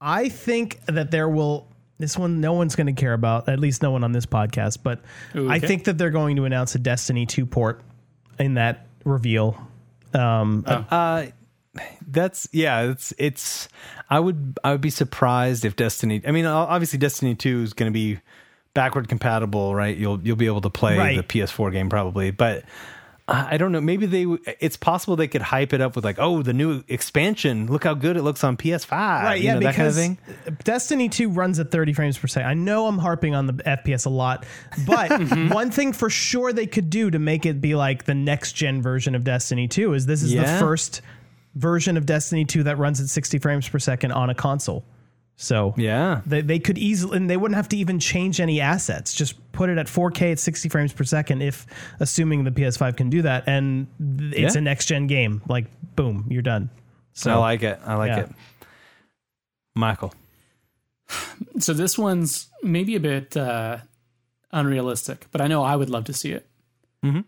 S4: I think that there will this one no one's going to care about at least no one on this podcast, but I
S3: okay.
S4: think that they're going to announce a Destiny two port in that reveal. Um,
S2: Uh, that's yeah. It's it's. I would I would be surprised if Destiny. I mean, o- obviously Destiny Two is going to be backward compatible, right? You'll you'll be able to play
S4: Right.
S2: the PS4 game probably, but I I don't know. Maybe they. w- It's possible they could hype it up with like, oh, the new expansion. Look how good it looks on PS5.
S4: right
S2: uh, you
S4: yeah
S2: know, that kind of
S4: because
S2: thing.
S4: destiny 2 runs at 30 frames per second i know i'm harping on the fps a lot but
S2: Mm-hmm.
S4: one thing for sure they could do to make it be like the next gen version of destiny 2 is this is
S2: Yeah.
S4: the first version of destiny 2 that runs at 60 frames per second on a console so
S2: Yeah.
S4: they, they could easily and they wouldn't have to even change any assets just put it at 4k at 60 frames per second if assuming the ps5 can do that and th- it's
S2: Yeah.
S4: a next gen game like boom you're done
S2: So I like it. I like
S4: Yeah.
S2: it. Michael.
S3: So this one's maybe a bit uh, unrealistic, but I know I would love to see it. Mm-hmm.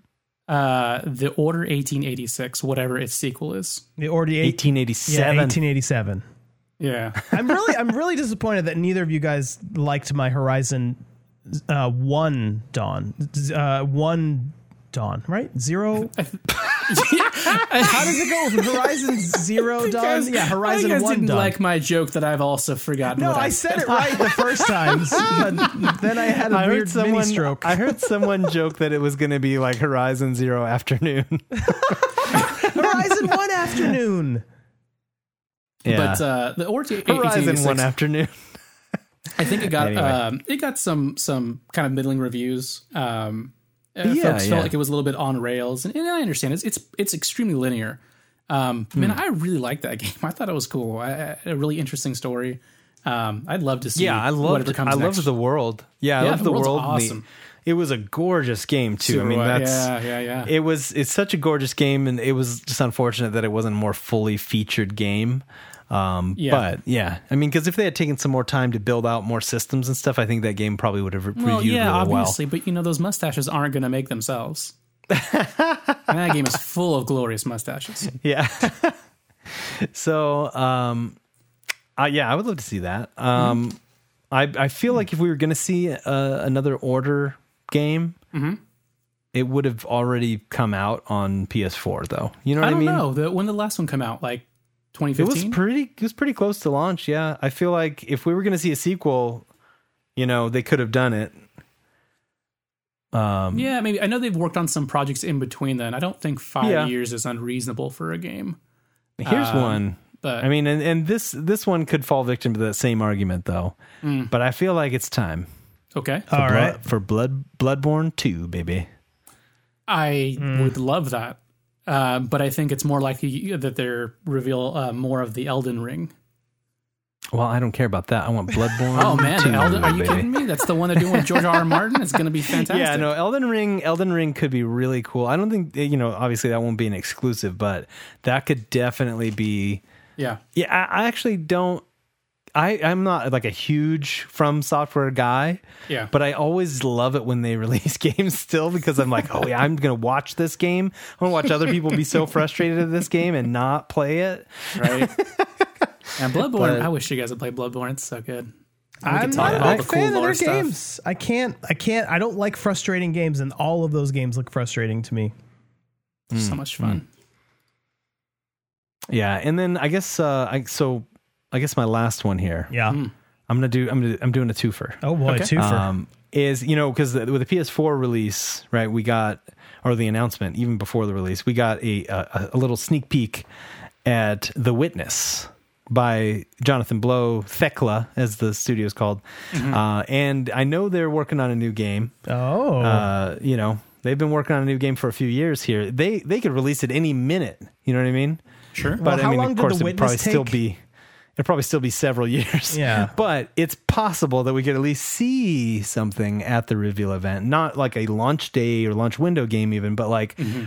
S3: Uh, the Order 1886, whatever its sequel is.
S4: the order 8
S2: 1887.
S4: Yeah, 1887.
S3: Yeah.
S4: I'm really, I'm really disappointed that neither of you guys liked my Horizon uh, One Dawn, Z- uh, One Dawn, right? Zero. How does it go? Horizon Zero Dawn. Yeah,
S3: I
S4: Horizon
S3: guys
S4: One
S3: didn't
S4: Dawn.
S3: like my joke that I've also forgotten.
S4: no,
S3: what
S4: I said it right the first time, but then I had a
S2: I
S4: weird
S2: heard someone.
S4: mini stroke.
S2: I heard someone joke that it was going to be like Horizon Zero Afternoon.
S4: Horizon One Afternoon.
S3: But uh, the Order 1886,
S2: Horizon one afternoon.
S3: I think it got
S2: Anyway.
S3: um, it got some some kind of middling reviews. Um, uh,
S2: Yeah,
S3: folks
S2: yeah.
S3: felt like it was a little bit on rails, and, and I understand it's it's it's extremely linear. Um,
S2: Hmm.
S3: Man, I really liked that game. I thought it was cool. I, I- a really interesting story. Um, I'd love to see.
S2: Yeah, I loved.
S3: whatever comes
S2: I
S3: next.
S2: loved the world. Yeah, I
S3: Yeah,
S2: loved
S3: the
S2: the
S3: world's
S2: world. and the-
S3: awesome.
S2: it was a gorgeous game too. I
S3: Super
S2: mean,
S3: wide.
S2: that's
S3: yeah, yeah, yeah.
S2: it was. It's such a gorgeous game, and it was just unfortunate that it wasn't a more fully featured game. Um,
S3: Yeah.
S2: But yeah, I mean, because if they had taken some more time to build out more systems and stuff, I think that game probably would have re-
S3: Well,
S2: reviewed
S3: yeah,
S2: really
S3: obviously, but you know those mustaches aren't going to make themselves. And that game is full of glorious mustaches.
S2: well. Yeah. so, um, uh, yeah, I would love to see that. Um, I I feel like if we were going to see uh, another order game,
S3: Mm-hmm.
S2: it would have already come out on PS4, though. You know what
S3: I
S2: I,
S3: don't
S2: mean?
S3: know the, when did the last one come out, like
S2: It was
S3: 2015.
S2: pretty. It was pretty close to launch. Yeah, I feel like if we were going to see a sequel, you know, they could have done it. Um,
S3: yeah, maybe I know they've worked on some projects in between. Then I don't think five
S2: Yeah.
S3: years is unreasonable for a game.
S2: here's
S3: Um,
S2: one.
S3: But
S2: I mean, and, and this this one could fall victim to that same argument though.
S3: Mm.
S2: But I feel like it's time.
S3: okay,
S4: All
S2: Blood-
S4: right.
S2: for Blood Bloodborne Two, baby.
S3: I
S2: hmm.
S3: would love that. Uh, but I think it's more likely that they reveal uh, more of the Elden Ring.
S2: Well, I don't care about that. I want Bloodborne.
S3: Oh man,
S2: 2,
S3: Elden, are you
S2: baby.
S3: kidding me? That's the one they're doing with George R. R. Martin. It's going to be fantastic.
S2: Yeah, no, Elden Ring, Elden Ring could be really cool. I don't think you know, obviously that won't be an exclusive, but that could definitely be
S3: yeah.
S2: Yeah, I, I actually don't. I I'm not like a huge From Software guy,
S3: Yeah.
S2: but I always love it when they release games still because I'm like, oh yeah, I'm gonna watch this game. I'm gonna watch other people be so frustrated at this game and not play it.
S3: right? and Bloodborne,
S2: But-
S3: I wish you guys would play Bloodborne. It's so good. We
S4: I'm
S3: could talk
S4: not a
S3: about all
S4: big
S3: the
S4: fan
S3: cool
S4: of
S3: lore
S4: their
S3: stuff.
S4: games. I can't. I can't. I don't like frustrating games, and all of those games look frustrating to me.
S2: Hmm,
S3: So much fun.
S2: Yeah, and then I guess uh, I so I guess my last one here.
S4: Yeah.
S2: I'm gonna do I'm gonna, I'm doing a twofer.
S4: Oh boy,
S3: Okay.
S4: twofer.
S2: um, is you know because with the PS4 release, right? We got or the announcement even before the release, we got a a, a little sneak peek at The Witness by Jonathan Blow, Thekla as the studio's called,
S4: Mm-hmm.
S2: uh, and I know they're working on a new game.
S4: oh.
S2: Uh, you know they've been working on a new game for a few years here. They they could release it any minute. You know what I mean?
S3: Sure.
S2: But
S4: how
S2: I mean,
S4: long
S2: of
S4: did
S2: course,
S4: The
S2: it would probably
S4: Witness
S2: still
S4: take?
S2: be it'll probably still be several years.
S4: Yeah.
S2: but it's possible that we could at least see something at the reveal event, not like a launch day or launch window game, even, but like.
S4: Mm-hmm.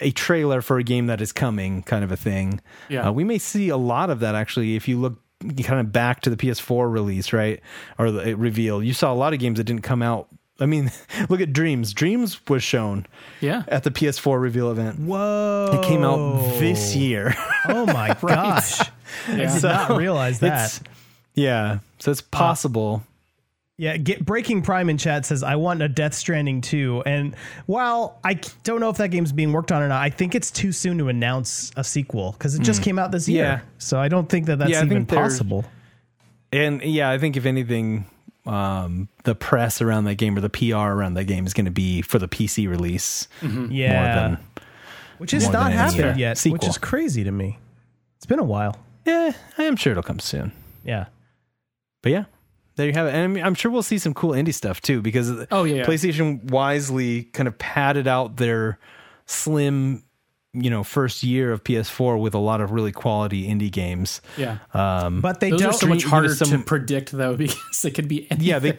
S2: A trailer for a game that is coming, kind of a thing.
S3: Yeah.
S2: Uh, we may see a lot of that actually. If you look kind of back to the PS4 release, right, or the it reveal, you saw a lot of games that didn't come out. I mean, look at Dreams. Dreams was shown
S3: Yeah.
S2: at the PS4 reveal event.
S4: Whoa.
S2: It came out this year.
S4: Oh my gosh. I did
S3: So,
S4: not realize that.
S2: it's- Yeah. So it's possible.
S4: Yeah, get, Breaking Prime in chat says, I want a Death Stranding 2. And while I c- don't know if that game's being worked on or not, I think it's too soon to announce a sequel because it just came out this year.
S2: Mm. Yeah.
S4: So I don't think that that's
S2: Yeah, I
S4: even
S2: think they're-
S4: possible.
S2: and yeah, I think if anything, um, the press around that game or the PR around that game is going to be for the PC release.
S4: Yeah.
S2: than-
S4: which has
S2: more
S4: not
S2: than any
S4: happened
S2: other
S4: yet, which
S2: sequel.
S4: is crazy to me. It's been a while.
S2: Yeah, I am sure it'll come soon.
S4: Yeah.
S2: But yeah, there you have it. And I'm, I'm sure we'll see some cool indie stuff too, because
S3: Oh, yeah, yeah.
S2: PlayStation wisely kind of padded out their slim, you know, first year of PS4 with a lot of really quality indie games. Um,
S3: Yeah.
S4: But they
S3: Those
S4: don't.
S3: are so much harder
S2: there's some-
S3: to predict, though, because it could be anything.
S2: yeah, they,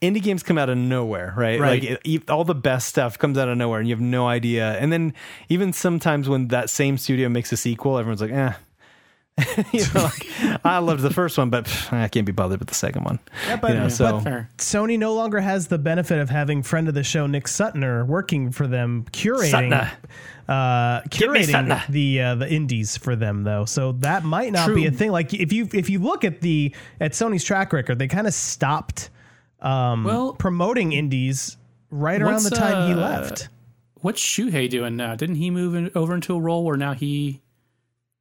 S2: indie games come out of nowhere, right?
S3: Right.
S2: Like it, e- all the best stuff comes out of nowhere, and you have no idea. And then even sometimes when that same studio makes a sequel, everyone's like, "eh." you know, like, I loved the first one, but pff, I can't be bothered with the second one.
S4: but-
S2: you know,
S4: yeah.
S2: so
S3: Fair.
S4: Sony no longer has the benefit of having friend of the show Nick Sutner working for them, curating,
S2: Sutner.
S4: uh,
S2: me
S4: curating
S2: Sutner.
S4: the uh, the indies for them though. So that might not be a
S3: True.
S4: thing. Like if you if you look at the at Sony's track record, they kind of stopped um,
S3: Well-
S4: promoting indies right around
S3: Once,
S4: the time he
S3: uh,
S4: left.
S3: What's Shuhei doing now? Didn't he move in, over into a role where now he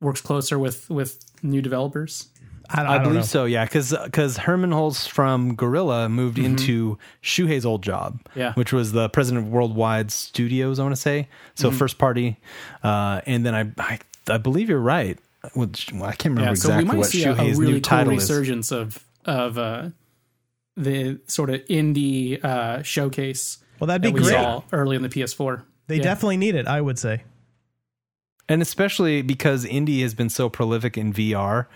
S3: works closer with with new developers?
S4: I,
S2: I,
S4: don't
S2: believe
S4: know.
S2: so. Yeah, because Herman Holz from Gorilla moved into Shuhei's old job,
S3: Mm-hmm. Yeah.
S2: which was the president of Worldwide Studios. I want to say so
S3: Mm-hmm.
S2: first party, uh, and then I I, I believe you're right. Well, sh- well, I can't remember
S3: Yeah. So
S2: exactly
S3: we might
S2: what
S3: see a, a
S2: Shuhei's
S3: really
S2: new
S3: cool
S2: title is.
S3: resurgence of of uh, the sort of indie uh, showcase
S4: Well, that'd be
S3: that we
S4: great.
S3: saw early in the PS4.
S4: They
S3: Yeah.
S4: definitely need it. I would say.
S2: and especially because indie has been so prolific in VR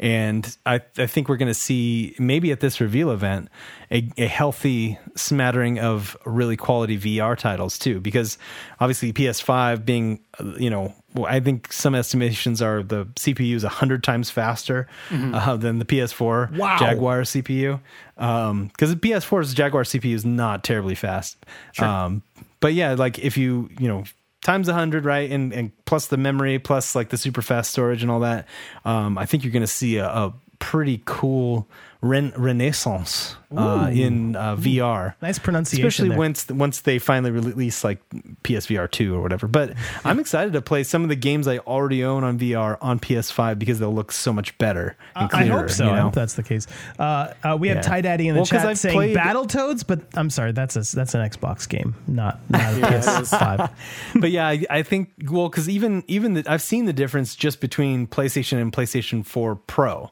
S2: And I, I think we're going to see maybe at this reveal event a, a healthy smattering of really quality VR titles too, because obviously PS5 being, uh, you know, well, I think some estimations are the CPU is 100 times faster uh, than the PS4
S4: Wow.
S2: Jaguar CPU. Because Um, the PS4's Jaguar CPU is not terribly fast. Um, but yeah, like if you, you know, times 100, right? And, and plus the memory, plus like the super fast storage and all that, um, I think you're going to see a, a pretty cool ren- renaissance uh, in uh, VR.
S4: Nice pronunciation
S2: Especially
S4: there.
S2: when once once they finally release like PSVR two or whatever. But I'm excited to play some of the games I already own on VR on PS5 because they'll look so much better and
S4: I
S2: clearer.
S4: hope so.
S2: you
S4: I
S2: know?
S4: hope that's the case. Uh, uh, we have
S2: Yeah.
S4: Ty Daddy in the
S2: Well, 'cause
S4: chat
S2: I've
S4: saying
S2: played-
S4: Battletoads, but I'm sorry, that's a, that's an Xbox game, not not a PS5.
S2: but yeah, I, I think well because even even the, I've seen the difference just between PlayStation and PlayStation Four Pro,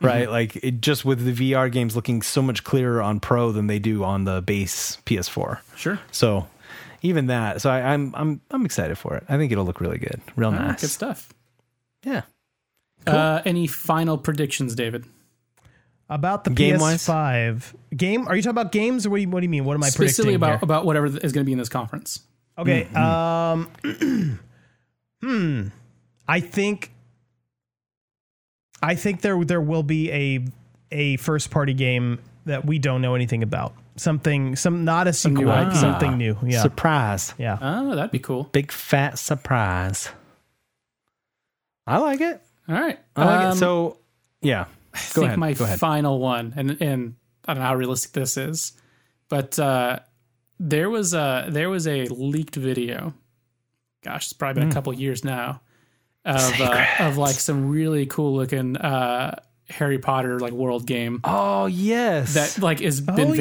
S2: right? Like it just with the VR games looking so much clearer on Pro than they do on the base PS4.
S3: Sure.
S2: So. Even that, so I, I'm I'm I'm excited for it. I think it'll look really good, real
S3: Ah,
S2: nice.
S3: Good stuff.
S2: Yeah,
S3: Uh, any final predictions, David?
S4: About the
S2: Game-wise?
S4: PS5 game, are you talking about games or what do you, what do you mean? What am I
S3: Specifically
S4: predicting
S3: about
S4: here?
S3: about whatever is going to be in this conference.
S4: Okay.
S2: Mm-hmm.
S4: Um, hmm. I think. I think there there will be a a first party game that we don't know anything about. Something some not a sequel,
S3: new IP.
S4: something new. Yeah.
S2: Ah. surprise.
S4: yeah.
S3: Oh, that'd be cool.
S2: big fat surprise. I like it.
S3: All right.
S2: I like
S3: Um,
S2: it. So yeah,
S3: I
S2: go
S3: think
S2: ahead.
S3: my
S2: go ahead.
S3: final one, and and I don't know how realistic this is, but uh, there was a there was a leaked video. Gosh, it's probably been
S2: Hmm.
S3: a couple years now of uh, of like some really cool looking uh, Harry Potter like world game
S2: oh yes,
S3: that like has been
S4: Oh,
S3: vaporware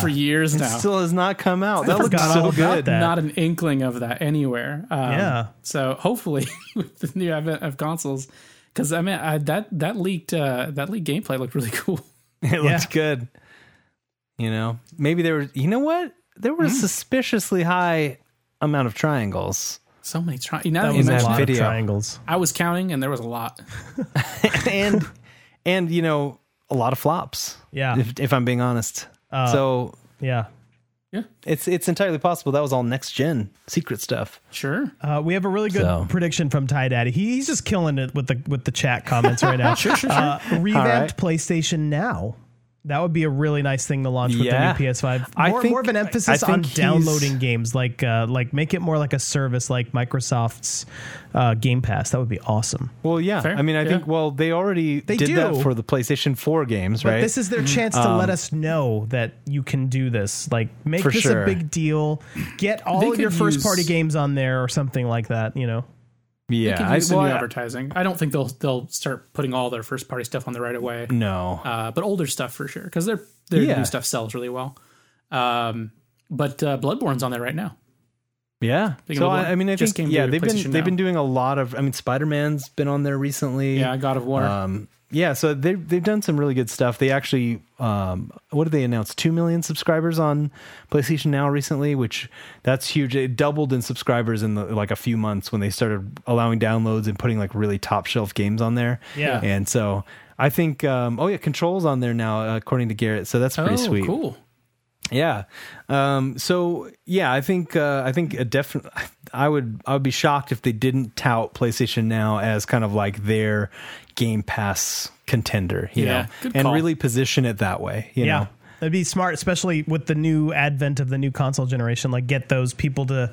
S3: for years
S2: It
S3: now.
S2: still has not come out. that looks
S4: forgot all
S2: so
S4: about
S2: good.
S4: that.
S3: Not an inkling of that anywhere. Um,
S4: Yeah.
S3: So hopefully with the new advent of consoles, because I mean I, that that leaked uh, that leaked gameplay looked really cool.
S2: It looked good. You know, maybe there were. You know what? There
S4: Hmm.
S2: were a suspiciously high amount of triangles
S3: So many try. You know,
S4: That
S3: you
S4: was a
S2: that
S3: mentioned-
S4: lot of
S2: video.
S4: triangles.
S3: I was counting, and there was a lot.
S2: and and you know a lot of flops.
S4: Yeah. Uh.
S2: If, if I'm being honest, so
S4: Yeah.
S2: it's it's entirely possible that was all next gen secret stuff.
S3: Sure.
S4: Uh, we have a really good
S2: So.
S4: prediction from Ty Daddy. He, he's just killing it with the with the chat comments right now. sure, sure, sure. Uh, revamped PlayStation Now. That would be a really nice thing to launch with
S2: Yeah.
S4: the new PS5.
S2: I
S4: More,
S2: think-
S4: more of an emphasis
S2: I think
S4: on
S2: he's-
S4: downloading games, like uh, like make it more like a service, like Microsoft's uh, Game Pass. That would be awesome.
S2: Well, yeah.
S3: Fair.
S2: I mean, I
S3: Yeah.
S2: think well they already did
S4: do.
S2: that for the PlayStation 4 games,
S4: But
S2: right?
S4: this is their chance to let us know that you can do this. Like make
S2: Um, For
S4: this
S2: sure.
S4: a big deal. Get all
S3: They
S4: of your
S3: could
S4: first party
S3: use-
S4: games on there or something like that. You know.
S2: yeah.
S3: They could
S2: I-
S3: use some
S2: well,
S3: new
S2: I-
S3: advertising. I don't think they'll they'll start putting all their first party stuff on there right away.
S2: no.
S3: Uh, but older stuff for sure, because their their
S2: Mm. Yeah.
S3: new stuff sells really well. Um, but uh, Bloodborne's on there right now.
S2: yeah.
S3: Thinking
S2: So
S3: of
S2: I,
S3: what
S2: I mean, I
S3: just
S2: think
S3: came to
S2: yeah they've been
S3: PlayStation
S2: they've been
S3: now.
S2: doing a lot of. I mean, Spider Man's been on there recently.
S3: Yeah, God of War.
S2: Um, yeah, so they they've done some really good stuff. They actually, um, what did they announce? Two million subscribers on PlayStation Now recently, which that's huge. It doubled in subscribers in the, like a few months when they started allowing downloads and putting like really top shelf games on there.
S4: Yeah.
S2: and so I think, um, oh yeah, Controls on there now, uh, according to Garrett. So that's pretty
S3: oh,
S2: sweet.
S3: cool.
S2: Yeah. Um, so yeah, I think uh, I think a def- I would I would be shocked if they didn't tout PlayStation Now as kind of like their Game Pass contender, you
S3: Yeah,
S2: know,
S3: good
S2: and
S3: call.
S2: really position it that way, you
S4: yeah.
S2: know.
S4: That'd be smart, especially with the new advent of the new console generation. Like, get those people to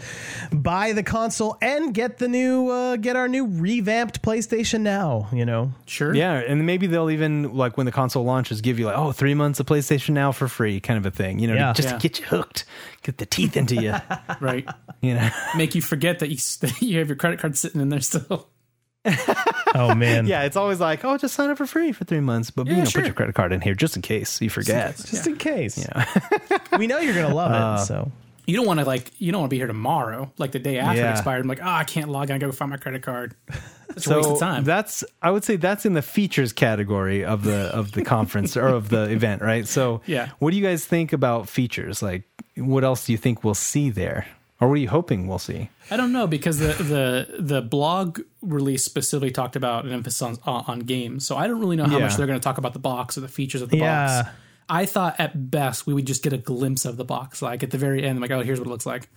S4: buy the console and get the new, uh, get our new revamped PlayStation now. You know,
S3: Sure.
S2: Yeah, and maybe they'll even like when the console launches, give you like oh three months of PlayStation Now for free, kind of a thing, you know,
S4: Yeah.
S2: to, just
S3: Yeah.
S2: to get you hooked, get the teeth into you,
S3: Right.
S2: you know.
S3: Make you forget that you that you have your credit card sitting in there still.
S4: oh man,
S2: yeah, it's always like oh just sign up for free for three months, but you
S3: Yeah,
S2: know
S3: sure.
S2: put your credit card in here just in case you forget.
S4: just in case. we know you're gonna love it. So
S3: You don't want to like you don't want to be here tomorrow, like the day after
S2: Yeah.
S3: it expired. I'm like, oh, I can't log on. I gotta go find my credit card. It's
S2: so
S3: a waste of time.
S2: That's I would say that's in the features category of the of the conference or of the event, right? So
S3: Yeah.
S2: what do you guys think about features? Like, what else do you think we'll see there, Or what are you hoping we'll see?
S3: I don't know because the the the blog release specifically talked about an emphasis on, on on games, so I don't really know how
S2: Yeah.
S3: much they're going to talk about the box or the features of the
S4: Yeah.
S3: box. I thought at best we would just get a glimpse of the box, like at the very end, like oh here's what it looks like.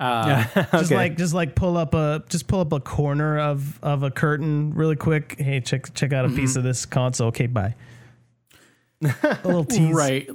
S4: Just like just like pull up a just pull up a corner of of a curtain really quick. Hey, check check out a piece of this console. Okay, bye. a little tease.
S3: right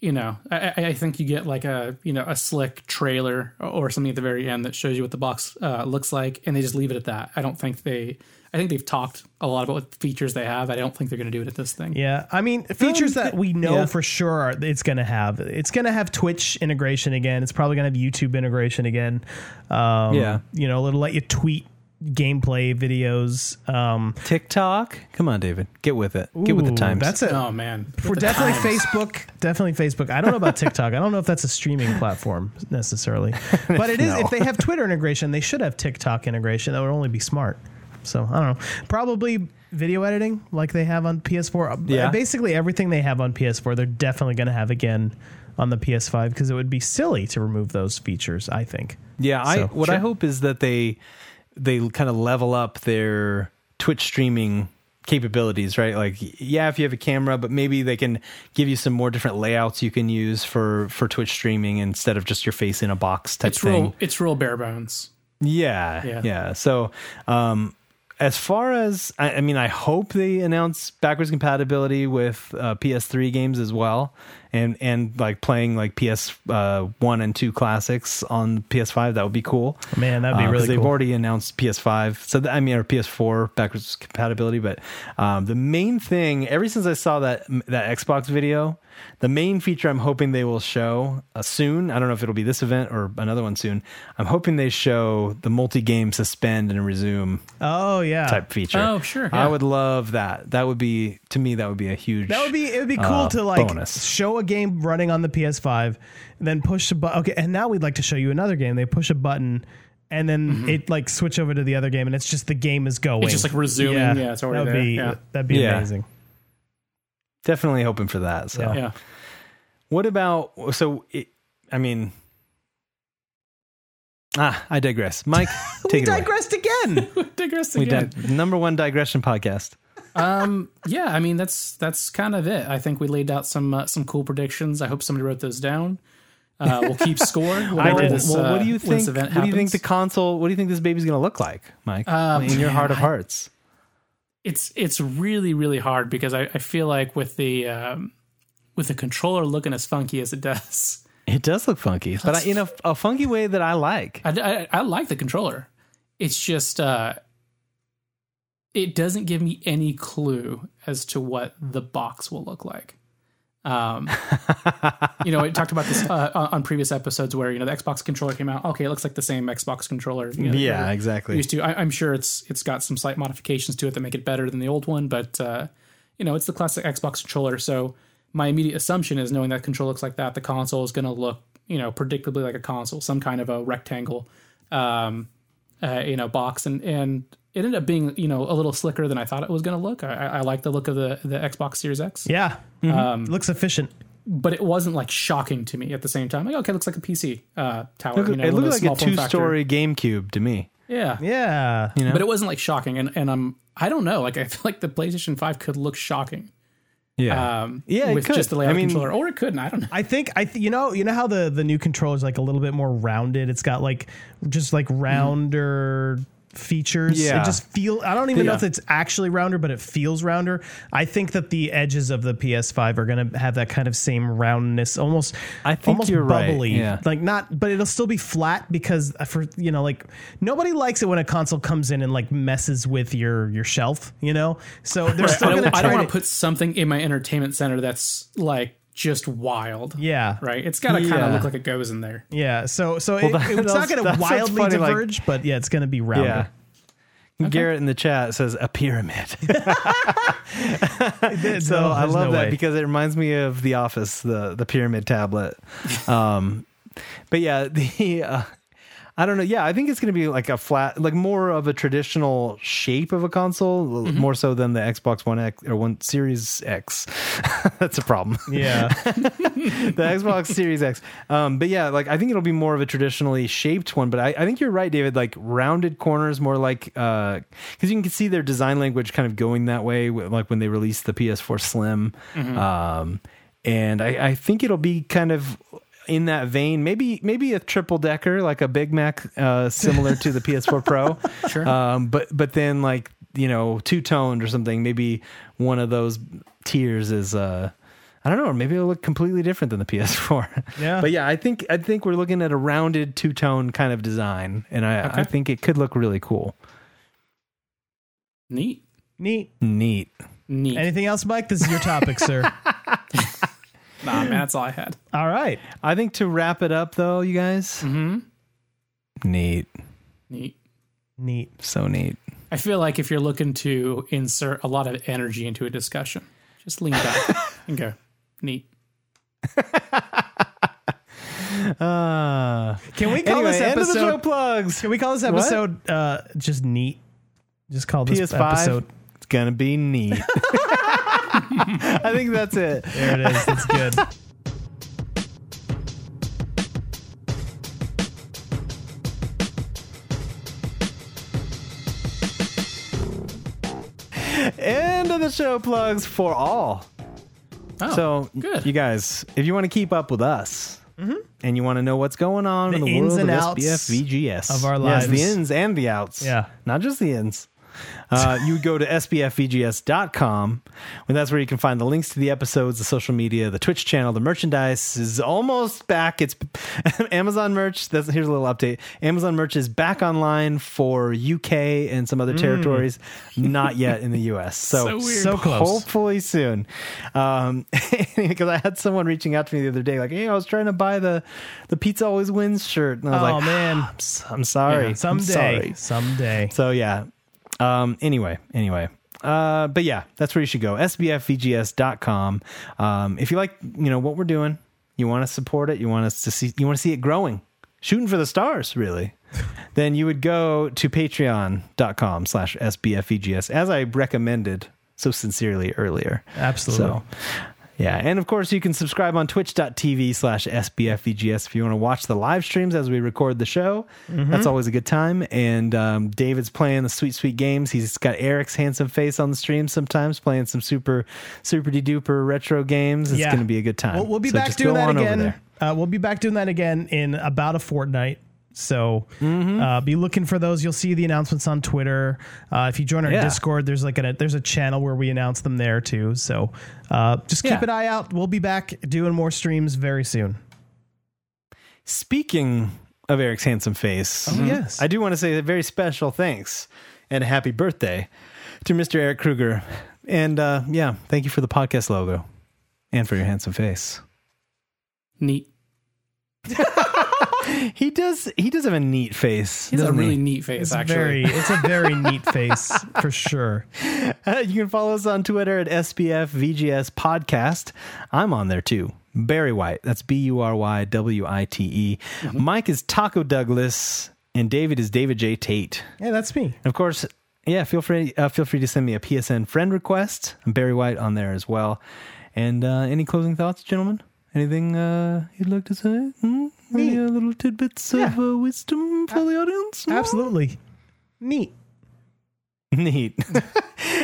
S3: you know I, I- I think you get like a you know a slick trailer or something at the very end that shows you what the box uh, looks like and they just leave it at that i don't think they i think they've talked a lot about what features they have i don't think they're going to do it at this thing
S4: Yeah, I mean features that we know
S2: Um, yeah.
S4: for sure are, it's going to have. It's going to have Twitch integration again. It's probably going to have YouTube integration again. Um,
S2: Yeah.
S4: you know, it'll let you tweet gameplay videos. Um,
S2: TikTok? Come on, David. Get with it. Get with the
S4: ooh,
S2: times.
S4: That's it.
S3: oh man
S4: For definitely Facebook, definitely Facebook. I don't know about TikTok. I don't know if that's a streaming platform necessarily, but it is. If they have Twitter integration, they should have TikTok integration. That would only be smart. So I don't know. Probably video editing, like they have on PS4.
S2: Yeah.
S4: Uh, Basically, everything they have on PS4, they're definitely going to have again on the PS5 because it would be silly to remove those features. I think.
S2: Yeah, I
S4: So,
S2: what I
S4: sure.
S2: hope is that they they kind of level up their Twitch streaming capabilities, right? Like yeah, if you have a camera, but maybe they can give you some more different layouts you can use for for Twitch streaming instead of just your face in a box type
S3: it's
S2: thing.
S3: real it's real bare bones
S2: Yeah, yeah.
S3: Yeah.
S2: So, um, as far as I, I mean, I hope they announce backwards compatibility with uh, PS3 games as well, and and like playing like PS uh, one and two classics on PS5. That would be cool.
S4: Man, that'd be
S2: Uh, 'cause
S4: really
S2: They've
S4: cool.
S2: already announced PS5, so th- I mean, or PS4 backwards compatibility. But um, the main thing, ever since I saw that that Xbox video, the main feature I'm hoping they will show uh, soon. I don't know if it'll be this event or another one soon. I'm hoping they show the multi-game suspend and resume
S4: Oh yeah.
S2: type feature.
S3: Oh, sure,
S2: I
S3: yeah.
S2: would love that. That would be to me. That would be a huge.
S4: That would be it would be cool
S2: uh,
S4: to like
S2: bonus.
S4: show a game running on the PS5, then push a button. Okay, and now we'd like to show you another game. They push a button, and then it like switch over to the other game, and it's just the game is going.
S3: Mm-hmm. it's just like resuming yeah, it's already
S4: that'd
S3: there
S4: be
S3: yeah
S4: that'd be
S2: Yeah.
S4: amazing.
S2: Definitely hoping for that. So.
S4: Yeah.
S3: yeah
S2: What about so? It, I mean, ah, I digress. Mike,
S4: We
S2: take it away.
S4: digressed again.
S3: digress
S2: We
S3: again.
S2: dig- number one digression podcast.
S3: um yeah i mean that's that's kind of it i think we laid out some uh, some cool predictions i hope somebody wrote those down uh, we'll keep score.
S2: Well,
S3: whenever this,
S2: well, what
S3: uh,
S2: do you
S3: when
S2: think?
S3: this event
S2: What do you think
S3: happens.
S2: the console? What do you think this baby's gonna look like, Mike?
S3: Um,
S2: in your
S3: man,
S2: heart of
S3: I-
S2: hearts.
S3: it's it's really really hard because I, I feel like with the um, with the controller looking as funky as it does,
S2: It does look funky, but I, in a, a funky way that I like.
S3: I, I, I like the controller. It's just uh, it doesn't give me any clue as to what the box will look like. Um, you know, I talked about this uh, on on previous episodes where you know the Xbox controller came out. Okay, it looks like the same Xbox controller. you know, that
S2: Yeah,
S3: we're
S2: exactly.
S3: Used to. I, I'm sure it's it's got some slight modifications to it that make it better than the old one, but uh, you know, it's the classic Xbox controller. So my immediate assumption is knowing that controller looks like that, the console is going to look you know predictably like a console, some kind of a rectangle, um, uh, you know, box, and and it ended up being you know a little slicker than I thought it was going to look. I, I I like the look of the the Xbox Series X
S4: yeah,
S3: Um,
S4: looks efficient.
S3: but it wasn't like shocking to me at the same time. Like, okay, it looks like a PC uh, tower.
S2: Look-
S3: you know,
S2: it looked
S3: one of
S2: like
S3: those
S2: a
S3: small form factor.
S2: two-story GameCube to me.
S3: Yeah.
S4: Yeah,
S3: but it wasn't like shocking. And and I'm I don't know. Like I feel like the PlayStation Five could look shocking.
S2: Yeah,
S3: Um,
S2: Yeah, it
S3: with
S2: could.
S3: just the
S2: I
S3: layout of the
S2: mean-
S3: controller, or it couldn't. I don't know.
S4: I think I th- you know you know how the the new controller is like a little bit more rounded. It's got like just like rounder features.
S2: Yeah.
S4: It just feel I don't even know
S3: Yeah.
S4: if it's actually rounder, but it feels rounder. I think that the edges of the PS5 are going to have that kind of same roundness, almost
S2: I think
S4: almost
S2: you're right,
S4: bubbly.
S2: yeah.
S4: Like not but it'll still be flat because uh, for you know like nobody likes it when a console comes in and like messes with your your shelf, you know? So they're
S3: I
S4: still going
S3: don't,
S4: to
S3: I don't
S4: try
S3: want
S4: to
S3: to put something in my entertainment center that's like just wild.
S4: Yeah.
S3: Right. It's got to kind
S2: Yeah.
S3: of look like it goes in there.
S4: Yeah, so so it,
S2: that-
S4: it's
S2: that's-
S4: not going
S2: that's
S4: to
S2: what's
S4: wildly
S2: funny, like-
S4: diverge, but yeah, it's going to be rounder.
S2: yeah. Garrett in the chat says a pyramid. so
S4: no,
S2: I
S4: there's
S2: love
S4: no
S2: that
S4: way.
S2: because it reminds me of The Office, the the pyramid tablet. Um, but yeah, the uh, I don't know. Yeah, I think it's going to be like a flat, like more of a traditional shape of a console,
S4: Mm-hmm.
S2: more so than the Xbox One X or One Series X. That's a problem.
S4: Yeah.
S2: the Xbox Series X. Um, but yeah, like I think it'll be more of a traditionally shaped one. But I, I think you're right, David. Like rounded corners, more like because you can see their design language kind of going that way. w- Like when they released the PS4 Slim, um, and I, I think it'll be kind of in that vein. Maybe maybe a triple decker, like a Big Mac, uh, similar to the PS4 Pro.
S3: Sure.
S2: Um, but but then like you know two toned or something. Maybe one of those tiers is uh I don't know. Maybe it'll look completely different than the PS4.
S4: Yeah.
S2: but yeah, I think I think we're looking at a rounded two tone kind of design, and I, I
S3: Okay.
S2: think it could look really cool.
S3: Neat.
S4: Neat.
S2: Neat.
S3: Neat.
S4: Anything else, Mike? This is your topic, sir.
S3: nah, man, that's all I had.
S4: All right.
S2: I think to wrap it up though, you guys.
S3: Mm-hmm.
S2: Neat.
S3: Neat.
S4: Neat.
S2: So neat.
S3: I feel like if you're looking to insert a lot of energy into a discussion, just lean back and go, neat.
S2: Uh,
S4: Can we call
S2: anyway,
S4: this
S2: end of the show
S4: episode?
S2: plugs.
S4: Can we call this episode uh, just neat? Just call this
S2: PS5.
S4: episode.
S2: It's gonna be neat. I think that's it.
S4: There it is. That's good.
S2: End of the show plugs for all.
S3: Oh,
S2: So,
S3: good.
S2: you guys, if you want to keep up with us and you want to know what's going on in
S4: Mm-hmm. The
S2: the
S4: ins
S2: world
S4: and
S2: of
S4: outs
S2: SBFVGS
S4: of our
S2: Yes,
S4: lives.
S2: the ins and the outs.
S4: Yeah.
S2: Not just the ins. Uh, you would go to sbfvgs.com, and that's where you can find the links to the episodes, the social media, the Twitch channel, the merchandise is almost back. It's Amazon merch. That's, here's a little update. Amazon merch is back online for UK and some other territories, not yet in the US. So,
S3: So weird.
S4: Mm. So close.
S2: Hopefully soon, um, because I had someone reaching out to me the other day, like, "Hey, I was trying to buy the the pizza always wins shirt," and I was
S4: Oh,
S2: like, "Ah,
S4: man.
S2: "I'm s- I'm sorry, I'm
S4: Someday.
S2: sorry."
S4: Someday.
S2: So yeah. Um, anyway, anyway. Uh, but yeah, that's where you should go. SBFVGS.com. Um, if you like, you know, what we're doing, you want to support it, you want us to see, you want to see it growing, shooting for the stars, really, then you would go to patreon.com slash SBFVGS as I recommended so sincerely earlier.
S4: Absolutely.
S2: So, yeah. And of course, you can subscribe on twitch.tv slash SBFVGS E if you want to watch the live streams as we record the show.
S4: Mm-hmm.
S2: That's always a good time. And um, David's playing the sweet, sweet games. He's got Eric's handsome face on the stream sometimes, playing some super, super de duper retro games. It's
S4: Yeah.
S2: going to be a good time.
S4: We'll, we'll be
S2: So
S4: back
S2: just
S4: doing
S2: go
S4: that
S2: on over
S4: again.
S2: there.
S4: Uh, we'll be back doing that again in about a fortnight. So
S2: Mm-hmm.
S4: uh, be looking for those. You'll see the announcements on Twitter. Uh, if you join our
S2: Yeah.
S4: Discord, there's like a there's a channel where we announce them there too. So uh, just keep
S2: Yeah.
S4: an eye out. We'll be back doing more streams very soon.
S2: Speaking of Eric's handsome face,
S4: yes.
S2: I do want to say a very special thanks and a happy birthday to Mr. Eric Kruger. And uh, yeah, thank you for the podcast logo and for your handsome face.
S3: neat.
S2: He does. He does have a neat face.
S3: He has a
S2: doesn't
S3: really neat face,
S4: It's
S3: actually.
S4: very it's a very neat face for sure.
S2: you can follow us on Twitter at SBF VGS Podcast. I'm on there too. Barry White. That's B U R Y W I T E.
S3: Mm-hmm.
S2: Mike is Taco Douglas, and David is David J Tate.
S4: Yeah, that's me.
S2: And of course, yeah, feel free uh, feel free to send me a PSN friend request. I'm Barry White on there as well. And uh, any closing thoughts, gentlemen? Anything uh, you'd like to say? Hmm? Any uh, little tidbits of uh, wisdom for the audience? Hmm?
S4: Absolutely neat.
S2: Neat.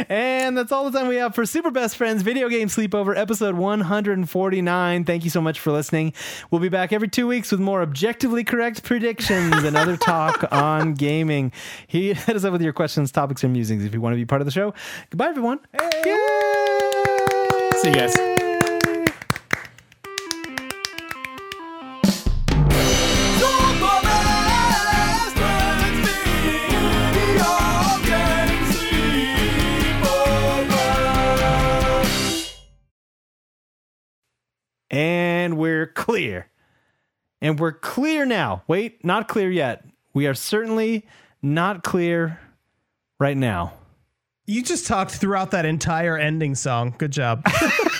S2: and that's all the time we have for Super Best Friends Video Game Sleepover, episode 149. Thank you so much for listening. We'll be back every two weeks with more objectively correct predictions and other talk on gaming. He hit us up with your questions, topics, and musings if you want to be part of the show. Goodbye, everyone. Yay!
S3: See you guys.
S2: And we're clear. And we're clear now. Wait, not clear yet. We are certainly not clear right now.
S4: You just talked throughout that entire ending song. Good job.